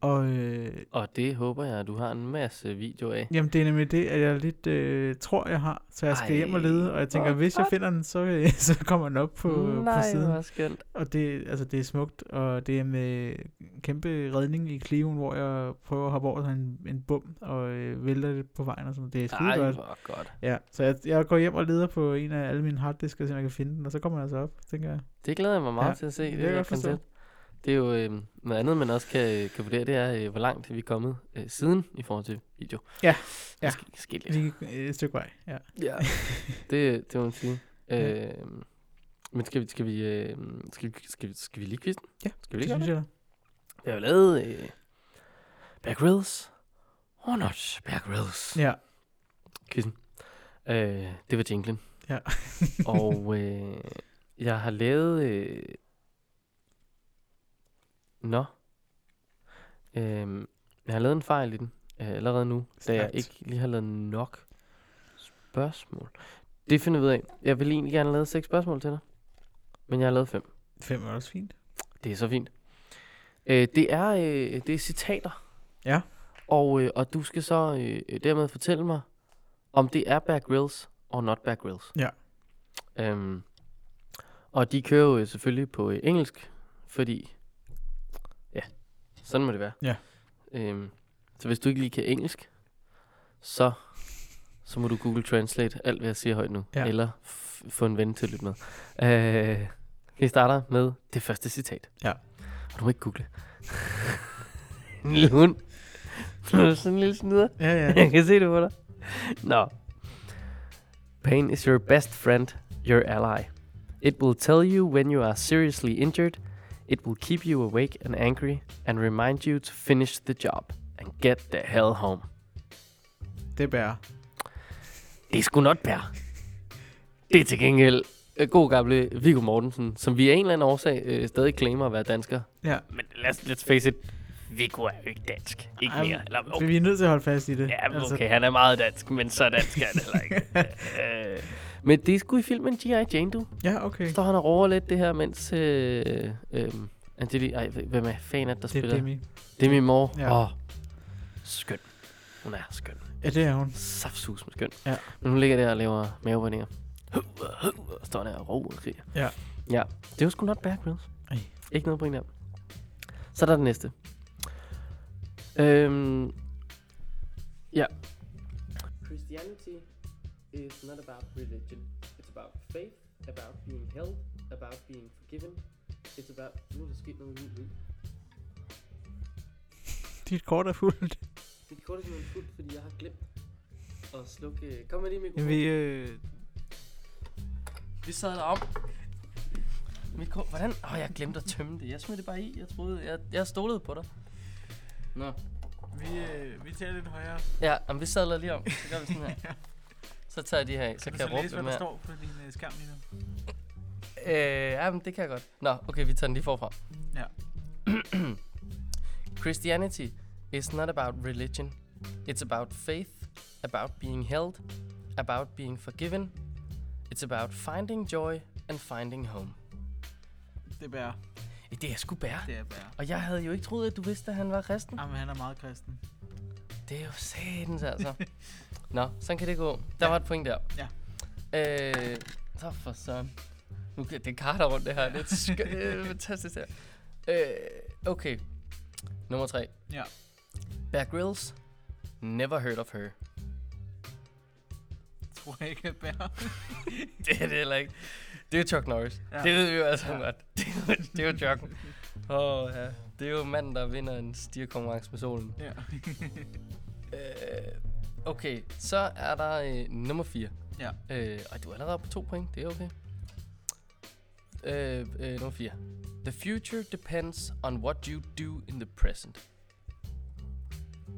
S1: Og øh,
S3: Og det håber jeg, at du har en masse video af.
S1: Jamen, det er nemlig det, at jeg lidt øh, tror, jeg har. Så jeg skal Ej,
S3: Ej,
S1: hjem og lede, og jeg tænker,
S3: hvor
S1: hvis jeg finder den, så, øh, så kommer den op på,
S3: Nej,
S1: på siden.
S3: hvor skønt.
S1: Og det, altså, det er smukt, og det er med kæmpe redning i Cleven, hvor jeg prøver at hoppe over sådan en, en bum og øh, vælter det på vejen og sådan noget. Det er skide
S3: Ej,
S1: godt.
S3: hvor godt.
S1: Ja, så jeg, jeg går hjem og leder på en af alle mine harddisker, så jeg kan finde den, og så kommer jeg så op, tænker jeg.
S3: Det glæder jeg mig meget
S1: Ja,
S3: ja, til at se.
S1: det
S3: Det,
S1: kan jeg
S3: det,
S1: godt
S3: det,
S1: forstå.
S3: koncept. det er jo øh, noget andet, man også kan, kan vurdere, det er, øh, hvor langt vi er kommet øh, siden i forhold til video.
S1: Ja, ja.
S3: Der skal, ske lidt.
S1: Lige et stykke vej, ja.
S3: Ja, det, det må man sige.
S1: Ja.
S3: Øh, men skal vi, skal vi, øh, skal, vi, skal, vi, skal vi lige quizzen?
S1: Ja,
S3: skal vi
S1: Det
S3: lige gøre
S1: synes
S3: det?
S1: jeg da.
S3: Vi har jo lavet øh, Bear Grylls og not Bear Grylls
S1: Ja,
S3: quizzen. Øh, det var jinglen.
S1: Ja.
S3: og øh, jeg har lavet... Øh, Nå. Øh, jeg har lavet en fejl i den øh, allerede nu, da jeg
S1: Stærkt.
S3: ikke lige har lavet nok spørgsmål. Det finder vi ud af. Jeg vil egentlig gerne have lavet seks spørgsmål til dig, men jeg har lavet fem.
S1: fem er også fint.
S3: Det er så fint. Øh, det, er, øh, det er citater.
S1: Ja.
S3: Og, øh, og du skal så øh, øh, dermed fortælle mig, om det er Bear Grylls og not Bear Grylls.
S1: Ja.
S3: Øhm, og de kører jo øh, selvfølgelig på øh, engelsk, fordi... Ja, sådan må det være.
S1: Ja.
S3: Øhm, så hvis du ikke lige kan engelsk, så, så må du Google Translate alt, hvad jeg siger højt nu.
S1: Ja.
S3: Eller f- få en ven til at lytte med. Øh, vi starter med det første citat.
S1: Ja.
S3: Og du må ikke google. en lille hund. Du er sådan en lille snyder.
S1: Ja, ja.
S3: Jeg kan se det på dig. Nå. Pain is your best friend, your ally. It will tell you when you are seriously injured. It will keep you awake and angry and remind you to finish the job and get the hell home.
S1: Det er bærer.
S3: Det er sgu not bær. Det er til gengæld øh, god gamle Viggo Mortensen, som vi af en eller anden årsag øh, stadig claimer at være dansker.
S1: Ja.
S3: Men let's, let's face it, Viggo er jo ikke dansk. Ikke
S1: Ej,
S3: mere. Eller,
S1: Men
S3: okay,
S1: Vi altså- er nødt til at holde fast i det.
S3: ja, men okay, han er meget dansk, men så dansk er det heller ikke. øh, Men det er sgu i filmen G.I. Jane, du.
S1: Ja, okay.
S3: Står han og roer lidt det her, mens... Øh, øh, Angelina, ej, hvem er fan at der
S1: Det er
S3: spiller?
S1: Demi.
S3: Demi Moore.
S1: Ja.
S3: Ja. Åh, skøn. Hun er skøn.
S1: Ja, det er hun.
S3: Saftsus med skøn.
S1: Ja.
S3: Men hun ligger der og laver mavebandinger. Og står der og roer og skriger.
S1: Ja.
S3: Ja, det var sgu not Bear Grylls.
S1: Ej.
S3: Ikke noget point der. Så er der den næste. Øhm, ja. Christianity is not about religion. It's about faith, about being held, about being forgiven. It's about... Nu er der sket noget nyt liv.
S1: Dit kort er fuldt.
S3: Mit kort er simpelthen fuldt, fordi jeg har glemt at slukke... Kom med lige
S1: Jamen,
S3: mikrofonen.
S1: vi, øh,
S3: Vi sad derom. Mit kort, hvordan? Åh, oh, jeg glemte at tømme det. Jeg smed det bare i. Jeg troede, jeg, jeg stolede på dig. Nå.
S1: vi, øh, vi tager lidt højere.
S3: Ja, men vi sadler lige om. Så gør vi sådan her. Så tager jeg de her af, så kan jeg råbe dem her.
S1: står på din øh, skærm lige nu.
S3: Øh, ja, men det kan jeg godt. Nå, okay, vi tager den lige forfra.
S1: Ja.
S3: Christianity is not about religion. It's about faith, about being held, about being forgiven. It's about finding joy and finding home.
S1: Det er bær.
S3: Det er sgu bære.
S1: Det er bær.
S3: Og jeg havde jo ikke troet, at du vidste, at han var kristen.
S1: Jamen, han er meget kristen.
S3: Det er jo satans, altså. Nå, sådan kan det gå. Der var et point der.
S1: Ja.
S3: Øh, så for sådan. Nu kan det karter rundt det her. Det er skø- det er fantastisk her. Øh, okay. Nummer tre.
S1: Ja.
S3: Bear Grylls. Never heard of her.
S1: Tror jeg ikke, at bær.
S3: Det er det heller ikke. Det er jo Chuck Norris.
S1: Ja.
S3: Ja. Det ved vi jo altså
S1: Ja.
S3: ja. godt. Det er, jo- det er jo Chuck. Åh, oh, ja. Det er jo manden, der vinder en stierkonkurrence med solen.
S1: ja.
S3: Øh, okay, så er der øh, nummer 4.
S1: Ja.
S3: Øh, og du er allerede på to point, det er okay. Øh, øh, nummer 4. The future depends on what you do in the present.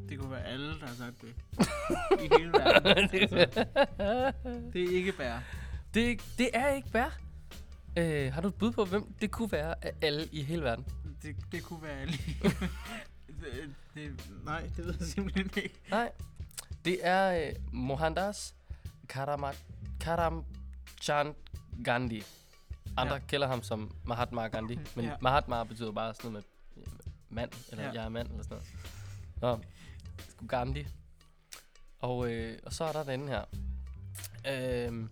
S1: Det kunne være alle, der har sagt det. I hele verden. Altså, det er ikke bær.
S3: Det, er ikke- det er ikke værd. Øh, har du et bud på, hvem det kunne være af alle i hele verden?
S1: Det, det kunne være alle. det, det, nej, det ved jeg simpelthen ikke.
S3: Nej, det er øh, Mohandas Karama, Karamchand Gandhi. Andre
S1: Ja.
S3: ja. kalder ham som Mahatma Gandhi, men
S1: Ja.
S3: ja. Mahatma betyder bare sådan noget med øh, mand, eller
S1: Ja.
S3: ja. jeg er mand, eller sådan noget. Nå, sgu Gandhi. Og, øh, og så er der den her. Øhm,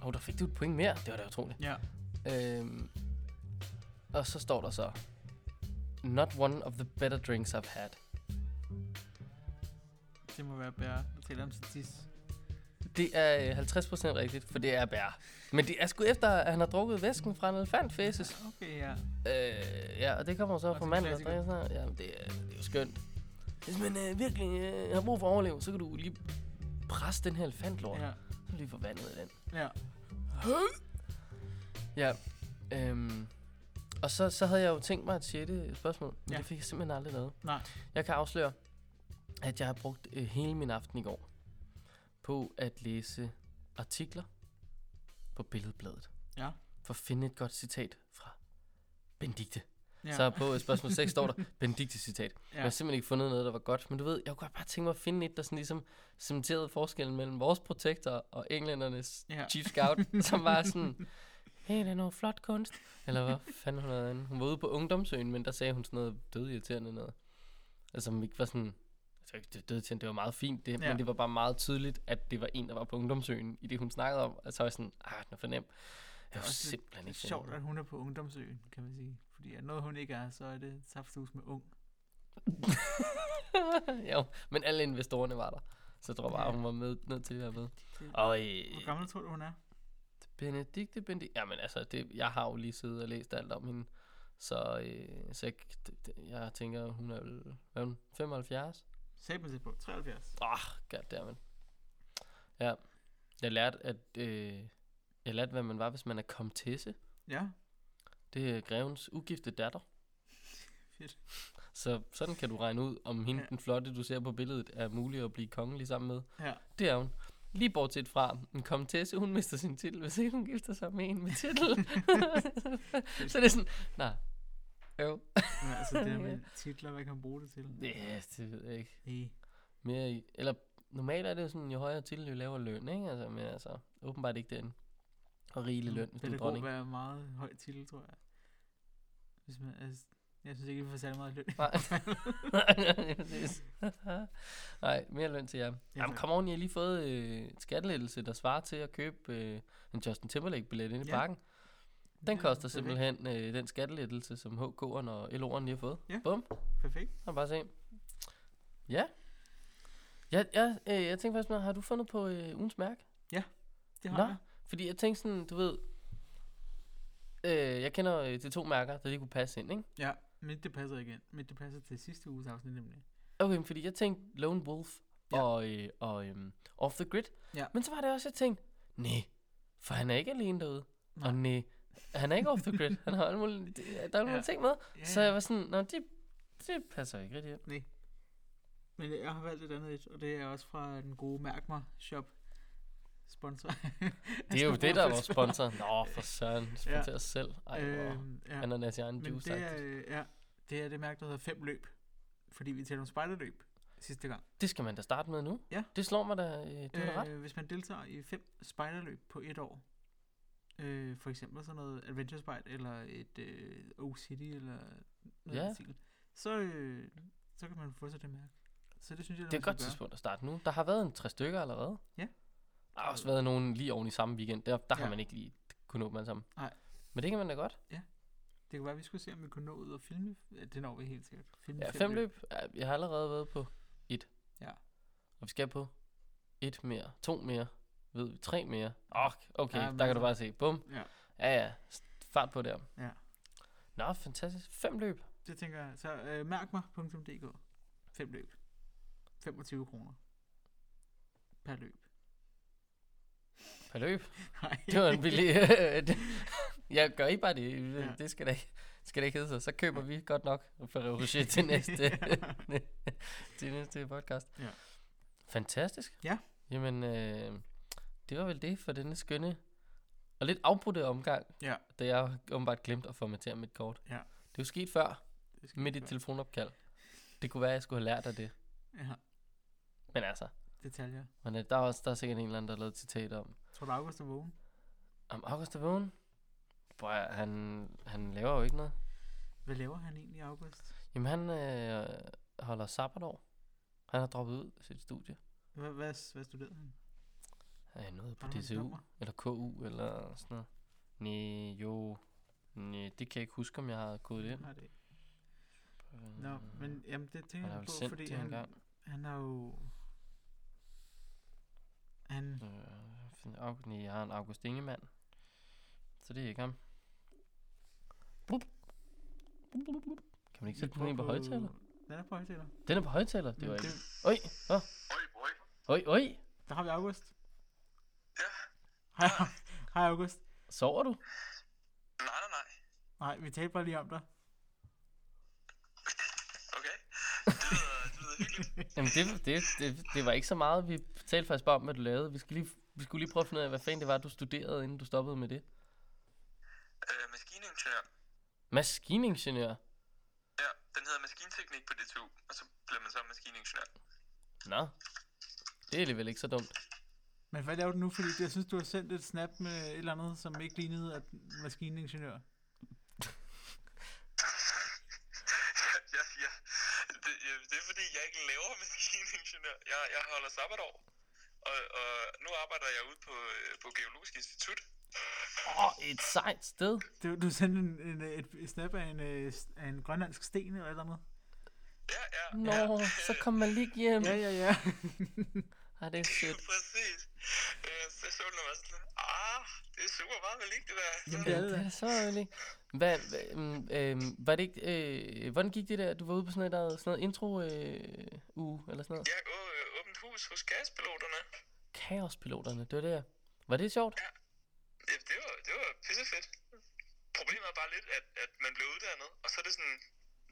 S3: og der fik du et point mere, det var da utroligt.
S1: Ja.
S3: Øhm, og så står der så, Not one of the better drinks I've had.
S1: Det må være bær, der taler om sit tis.
S3: Det er øh, 50% rigtigt, for det er bær. Men det er sgu efter, at han har drukket væsken fra en elefantfæses.
S1: Okay, ja.
S3: Øh, ja, og det kommer så
S1: Og
S3: fra
S1: til
S3: manden, der
S1: klassiker.
S3: drikker sådan her. Jamen, det er, det er jo skønt. Hvis man øh, virkelig øh, har brug for at overleve, så kan du lige presse den her elefantlort. Ja.
S1: Ja.
S3: Så lige få vandet i den.
S1: Ja.
S3: Ja, øhm, og så, så havde jeg jo tænkt mig et sjette spørgsmål, men
S1: Ja.
S3: ja. det fik jeg simpelthen aldrig lavet.
S1: Nej.
S3: Jeg kan afsløre, at jeg har brugt øh, hele min aften i går på at læse artikler på Billedbladet.
S1: Ja.
S3: For at finde et godt citat fra Benedikte.
S1: Ja.
S3: Ja. Så på øh, spørgsmål 6 står der Benedikte citat. Ja. Jeg
S1: ja.
S3: har simpelthen ikke fundet noget, der var godt. Men du ved, jeg kunne godt bare tænke mig at finde et, der sådan ligesom cementerede forskellen mellem vores protektor og englændernes
S1: Ja.
S3: ja. chief scout, som var sådan, hey, det er noget flot kunst. Eller hvad fanden hun havde andet. Hun var ude på ungdomsøen, men der sagde hun sådan noget dødirriterende noget. Altså, som ikke var sådan, altså ikke det dødirriterende, det var meget fint, det,
S1: Ja.
S3: ja. men det var bare meget tydeligt, at det var en, der var på ungdomsøen, i det hun snakkede om. Og så var jeg sådan, ah, den er fornem. Jeg var
S1: også lidt- Det
S3: simpelthen
S1: er
S3: ikke
S1: sjovt, at hun er på ungdomsøen, kan man sige. Fordi er noget, hun ikke er, så er det safthus med ung.
S3: jo, men alle investorerne var der. Så jeg tror bare,
S1: Ja.
S3: hun var med, nødt til at være med.
S1: Det-
S3: Og øh,
S1: Hvor gammel tror du, hun er?
S3: Benedikte Benedikte... Jamen altså, det, jeg har jo lige siddet og læst alt om hende. Så, øh, så jeg, det- det- jeg tænker, hun er vel hvad er hun, 75?
S1: Sagde man det på? 73.
S3: Åh, oh, goddammit. Ja. Jeg lærte, at, øh, jeg lærte, hvad man var, hvis man er komtesse.
S1: Ja,
S3: Det er grevens ugifte datter.
S1: fedt.
S3: Så sådan kan du regne ud, om hende,
S1: Ja.
S3: ja. den flotte, du ser på billedet, er mulig at blive kongelig sammen med.
S1: Ja.
S3: Det er hun. Lige bortset fra, en komtesse, hun mister sin titel, hvis ikke hun gifter sig med en med titel. så det er sådan, nej. Jo.
S1: Men altså, det der med titler, hvad kan man bruge det til?
S3: Ja, yes, det ved jeg ikke.
S1: Nej.
S3: Mere i, eller normalt er det jo sådan, jo højere titel, jo lavere løn, ikke? Altså, men altså, åbenbart ikke den og rigelig løn, hvis du er
S1: Mm, det kunne
S3: dronning.
S1: være meget høj titel, tror jeg. Hvis man, altså, jeg synes ikke, vi får særlig meget løn.
S3: Nej. Nej, præcis. Nej, mere løn til jer. Jamen,
S1: tak.
S3: kom on, I har lige fået øh, et skattelettelse, der svarer til at købe øh, en Justin Timberlake-billet inde i
S1: Ja.
S3: parken. Den
S1: Ja,
S3: koster
S1: perfekt.
S3: simpelthen øh, den skattelettelse, som HK'eren og LO'eren lige har fået.
S1: Ja.
S3: Bum,
S1: Perfekt.
S3: så bare se. Ja. Ja, ja øh, jeg tænkte faktisk, med, har du fundet på øh, ugens mærke?
S1: Det har
S3: Nå,
S1: jeg.
S3: fordi jeg tænkte sådan, du ved, øh, jeg kender øh, de to mærker, der lige kunne passe ind, ikke?
S1: Ja, men det passer igen. Men det passer til sidste uges afsnit nemlig.
S3: Okay, men fordi jeg tænkte Lone Wolf
S1: Ja.
S3: og, øh, og øhm, Off the Grid.
S1: Ja.
S3: Men så var det også, jeg tænkte, nej, for han er ikke alene derude.
S1: Nej.
S3: Og nej, han er ikke off the grid. Han har alle mulige, det- der er alle mulige
S1: Ja.
S3: ting med.
S1: Ja,
S3: Så jeg var sådan, nå, det, det passer ikke rigtig.
S1: Men jeg har valgt et andet et, og det er også fra den gode Mærk mig shop sponsor.
S3: Det er
S1: Altså,
S3: jo det, der er vores sponsor. Nå, for søren, sponsorer os selv. Ej, øh,
S1: Øhm, ja.
S3: ananas i egen
S1: Men
S3: juice,
S1: det er,
S3: det,
S1: øh, ja, det er det mærke, der hedder fem løb. Fordi vi talte om spejderløb sidste gang.
S3: det skal man da starte med nu.
S1: Ja.
S3: Det slår mig da, øh, du har da ret.
S1: hvis man deltager i fem spejderløb på et år, øh, for eksempel sådan noget Adventure Spejt, eller et øh, O City, eller noget
S3: Ja.
S1: ja. stil, så, øh, så kan man få sig det mærke. Så det synes jeg,
S3: Det er et
S1: man
S3: godt
S1: skal
S3: tidspunkt at starte nu. Der har været en tre stykker allerede.
S1: Ja.
S3: Der har også været nogen lige oven i samme weekend. Der, der ja. har
S1: Ja.
S3: man ikke lige kunnet nå dem alle sammen.
S1: Nej.
S3: Men det kan man da godt.
S1: gøre. Det kan være, vi skulle se, om vi kunne nå ud og filme. Ja, det når vi helt sikkert. Filme
S3: Ja, fem løb. Ja, Jeg har allerede været på et.
S1: Ja.
S3: Og vi skal på et mere, to mere, ved vi, tre mere. Åh, okay,
S1: Ja,
S3: ja, der kan
S1: masser.
S3: du bare se. Bum.
S1: Ja.
S3: Ja, ja. S- Fart på der.
S1: Ja.
S3: Nå, fantastisk. Fem løb.
S1: Det tænker jeg. Så øh, mærk mig.dk. Fem løb. 25 kroner. Per løb.
S3: Per løb.
S1: Nej.
S3: Det var en billig... det- jeg gør ikke bare det.
S1: Ja.
S3: Det skal da ikke, skal da ikke hedde sig. Så køber vi godt nok Ferrero Rocher til næste, til næste podcast.
S1: Ja.
S3: Fantastisk.
S1: Ja.
S3: Jamen, øh, det var vel det for denne skønne og lidt afbrudte omgang,
S1: Ja.
S3: da jeg åbenbart glemte at formatere mit kort.
S1: Ja.
S3: Det er jo sket før
S1: Det skal
S3: med
S1: vi
S3: dit
S1: gøre.
S3: telefonopkald. Det kunne være, at jeg skulle have lært af det.
S1: Ja,
S3: Men altså,
S1: detaljer.
S3: men, øh, der, er også, der er sikkert en eller anden, der har lavet et citat om,
S1: Tror du, August er vågen?
S3: om August er vågen. Prøv, at- han, han laver jo ikke noget.
S1: Hvad laver han egentlig i August?
S3: Jamen, han øh, holder sabbatår. Han har droppet ud af sit studie.
S1: Hvad, hvad, hvad studerede han?
S3: Han er noget på
S1: Har du hans
S3: DTU,
S1: nummer?
S3: eller KU, eller sådan noget. Næ, jo. Næ, det kan jeg ikke huske, om jeg har gået det ind. Øh,
S1: Nej, det ikke. Nå, men jamen, det tænker
S3: Han har
S1: jeg
S3: vel
S1: på,
S3: sendt
S1: fordi
S3: det
S1: han,
S3: engang.
S1: han har jo... Han,
S3: Øh, find- August, næ, jeg har en August Ingemann. Så det er ikke ham. Blup. Blup, blup, blup. Kan man ikke sætte
S1: prøver
S3: den ind på højtaler?
S1: Den er på højtaler.
S3: Den er på højtaler, det var
S1: det-
S3: ikke. Øj, åh,
S2: Oj, oj.
S3: øj, øj.
S1: Der har vi August. Ja. Hej, hej August.
S3: Sover du?
S2: Nej, nej,
S1: Nej,
S2: nej.
S1: vi talte bare lige om dig.
S2: Okay. Det lyder, det lyder hyggeligt.
S3: Jamen, det, det, det, det var ikke så meget. Vi talte faktisk bare om, hvad du lavede. Vi, skal lige, vi skulle lige prøve at finde ud af, hvad fanden det var, du studerede, inden du stoppede med det.
S2: Øh, maskiningeniør.
S3: Maskiningeniør.
S2: Ja, den hedder maskinteknik på DTU, og så bliver man så maskiningeniør.
S3: Nå. Det er alligevel ikke så dumt.
S1: Men hvad laver du nu? Fordi jeg synes, du har sendt et snap med et eller andet, som ikke lignede at maskiningeniør.
S2: ja, ja. Det, ja, det er fordi, jeg ikke laver maskiningeniør. Jeg, jeg holder sabbatår. Og, og nu arbejder jeg ude på, øh, på Geologisk Institut.
S3: Åh, oh, et sejt sted.
S1: Du, du sendte en, en, et, et snap af en, øh, s- af en grønlandsk sten eller et eller andet.
S2: Ja, ja. ja.
S3: Nå, så kom man lige hjem.
S1: Ja, ja, ja.
S3: Ej, det er sødt.
S2: Præcis. Øh, så så den og var sådan, ah, det er super meget vel ikke det der.
S1: Jamen,
S3: Ja,
S1: det er det
S3: det
S1: da.
S3: er så ærgerligt. Hvad, hvad, mm, øhm, var det ikke, øh, hvordan gik det der, du var ude på sådan noget, sådan noget intro øh, uge, eller sådan noget?
S2: Ja, å- øh, åbent hus hos gaspiloterne.
S3: Kaospiloterne, det var det her. Var det sjovt?
S2: Ja, det var, det var pissefedt. Problemet er bare lidt, at, at man bliver uddannet, og så er det sådan,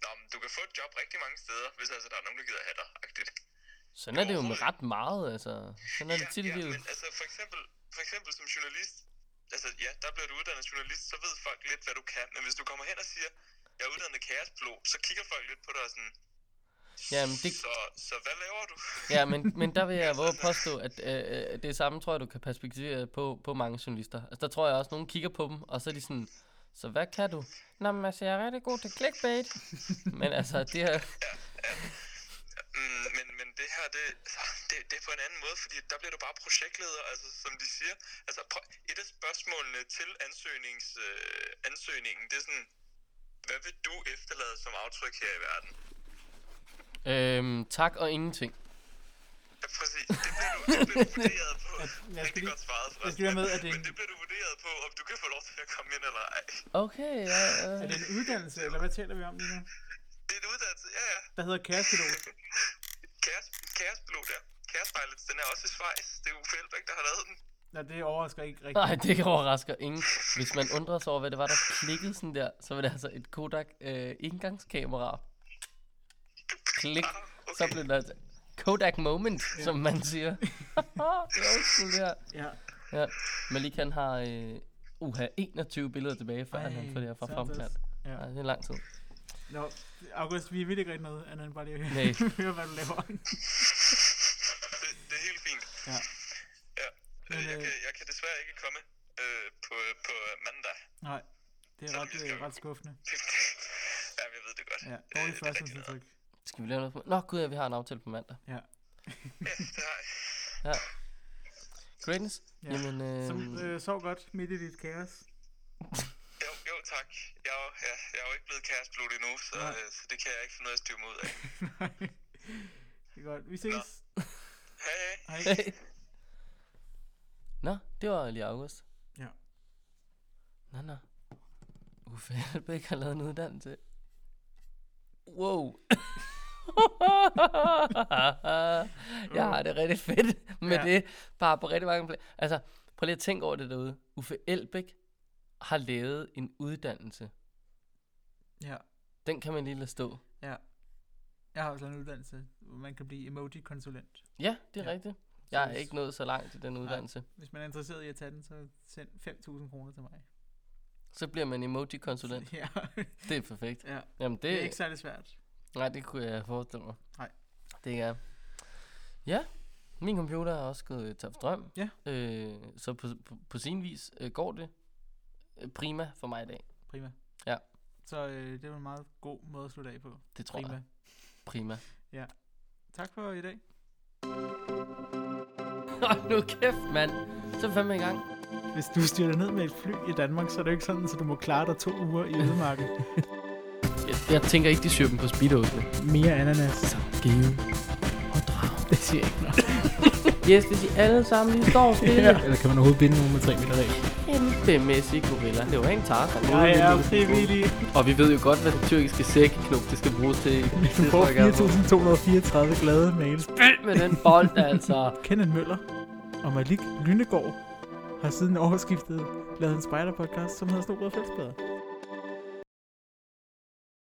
S2: Nå, men du kan få et job rigtig mange steder, hvis altså der er nogen, der gider have dig, agtigt.
S3: Sådan er det jo med ret meget, altså. Sådan er det tit i
S2: ja,
S3: livet.
S2: men altså for eksempel, for eksempel som journalist, altså ja, der bliver du uddannet journalist, så ved folk lidt, hvad du kan. Men hvis du kommer hen og siger, jeg er uddannet kaospilot, så kigger folk lidt på dig og sådan,
S3: Ja, men det,
S2: Så, så hvad laver du?
S3: ja, men, men der vil jeg våge at påstå, at øh, øh, det samme tror jeg, du kan perspektivere på, på mange journalister. Altså, der tror jeg også, at nogen kigger på dem, og så er de sådan, så hvad kan du? Nå, men altså, jeg er rigtig god til clickbait. men altså, det er...
S2: Mm, men, men det her, det, det, det er på en anden måde, fordi der bliver du bare projektleder, altså som de siger. Altså prøv, et af spørgsmålene til ansøgnings, øh, ansøgningen, det er sådan, hvad vil du efterlade som aftryk her i verden?
S3: Øhm, tak og ingenting.
S2: Ja, præcis. Det bliver du, det bliver du vurderet på.
S1: jeg skal
S2: Rigtig
S1: lige-
S2: godt svaret,
S1: jeg skal lige have med, at det er
S2: Men
S1: en-
S2: det bliver du vurderet på, om du kan få lov til at komme ind eller ej.
S3: Okay, ja,
S1: Er
S3: øh.
S1: det en uddannelse, eller hvad taler vi om lige nu?
S2: Det er en uddannelse, ja ja.
S1: Der hedder kærestepilot.
S2: Kaos, kaospilot, ja. Kaos Pilots, den er også i Schweiz. Det er Uffe Elbæk, der har lavet den.
S1: Nej, det overrasker ikke rigtigt.
S3: Nej, det overrasker ingen. Hvis man undrer sig over, hvad det var, der klikkede sådan der, så var det altså et Kodak øh, indgangskamera. Klik. Så blev der et Kodak moment, ja. som man siger. jo, sgu der.
S1: Ja.
S3: Ja. Malik han har øh, uha, 21 billeder tilbage, før
S1: Ej,
S3: Ej, han får det her fra
S1: sandt også.
S3: Fremkland.
S1: Ja.
S3: Ja, det er lang tid.
S1: Nå, August, vi vil ikke rigtig noget, andet end bare lige at
S3: Nej.
S1: høre, hvad du laver.
S2: Det, det er helt fint.
S1: Ja.
S2: Ja.
S1: Men,
S2: Øh, jeg,
S1: øh,
S2: kan, jeg kan desværre ikke komme øh, på, på mandag.
S1: Nej, det er ret, øh, ret skuffende.
S2: ja, jeg ved det godt.
S1: Ja,
S2: Øh,
S1: dårligt
S2: det er rigtig
S1: førstehåndsindtryk.
S3: Skal vi lave noget? på- Nå, gud, ja, vi har en aftale på mandag.
S1: Ja.
S2: nok. Ja, det har jeg.
S3: Ja. Greatness?
S1: Ja.
S3: Ja. Jamen, øh,
S1: Som, øh, sov godt midt i dit kaos.
S2: Jo, jo, tak. Jeg er, jo, ja, jeg er jo ikke blevet kærestblod endnu, så,
S1: Nej.
S2: øh, så det kan jeg ikke finde noget at styre mig ud af.
S1: Nej. det er godt. Vi ses.
S2: Hej, hej.
S1: Hej.
S3: Hey. Nå, det var lige august.
S1: Ja.
S3: Nå, nå. Uffe Elbæk har lavet en uddannelse. Wow. jeg har det rigtig fedt med
S1: Mm. Ja.
S3: ja. det. Bare på rigtig mange plan. Altså, prøv lige at tænke over det derude. Uffe Elbæk har lavet en uddannelse.
S1: Ja,
S3: Den kan man lige lade stå.
S1: ja. Jeg har også en uddannelse, hvor man kan blive emoji-konsulent.
S3: Ja, det er
S1: Ja.
S3: ja. rigtigt. Jeg er
S1: Præcis.
S3: ikke nået så langt i den uddannelse.
S1: Hvis man er interesseret i at tage den, så send 5.000 kroner til mig.
S3: Så bliver man emoji-konsulent.
S1: Ja.
S3: Det er perfekt.
S1: ja.
S3: Jamen, det,
S1: Det er ikke særlig svært.
S3: Nej, det kunne jeg forestille mig.
S1: Nej.
S3: Det er... Ja, min computer er også gået øh, tør for strøm.
S1: Ja.
S3: Øh, så på, på, på sin vis øh, går det øh, prima for mig i dag.
S1: Prima.
S3: Ja.
S1: Så øh, det var en meget god måde at slutte af på.
S3: Det tror
S1: Prima.
S3: jeg. Prima.
S1: Tak for i dag.
S3: Hold nu kæft, mand. Så er vi fandme i gang.
S1: Hvis du styrer ned med et fly i Danmark, så er det jo ikke sådan, at du må klare dig to uger i ødemarken.
S3: Jeg, jeg tænker ikke, de syr dem på speedo'sene.
S1: Mere ananas.
S3: Så give og drag. Det siger ikke noget. yes, hvis I alle sammen lige står stille. ja.
S4: Eller kan man overhovedet binde nogen med 3 meter regel?
S3: Kæmpemæssig gorilla. Det var en tarzan.
S1: Jeg er frivillig.
S3: Og vi ved jo godt, hvad den tyrkiske sækknop, det skal bruges til.
S1: Du får 4.234 glade mails.
S3: Spil med den bold, altså.
S1: Kenneth Møller og Malik Lynegård har siden overskiftet lavet en spider-podcast, som hedder Snobrød Fællesbader.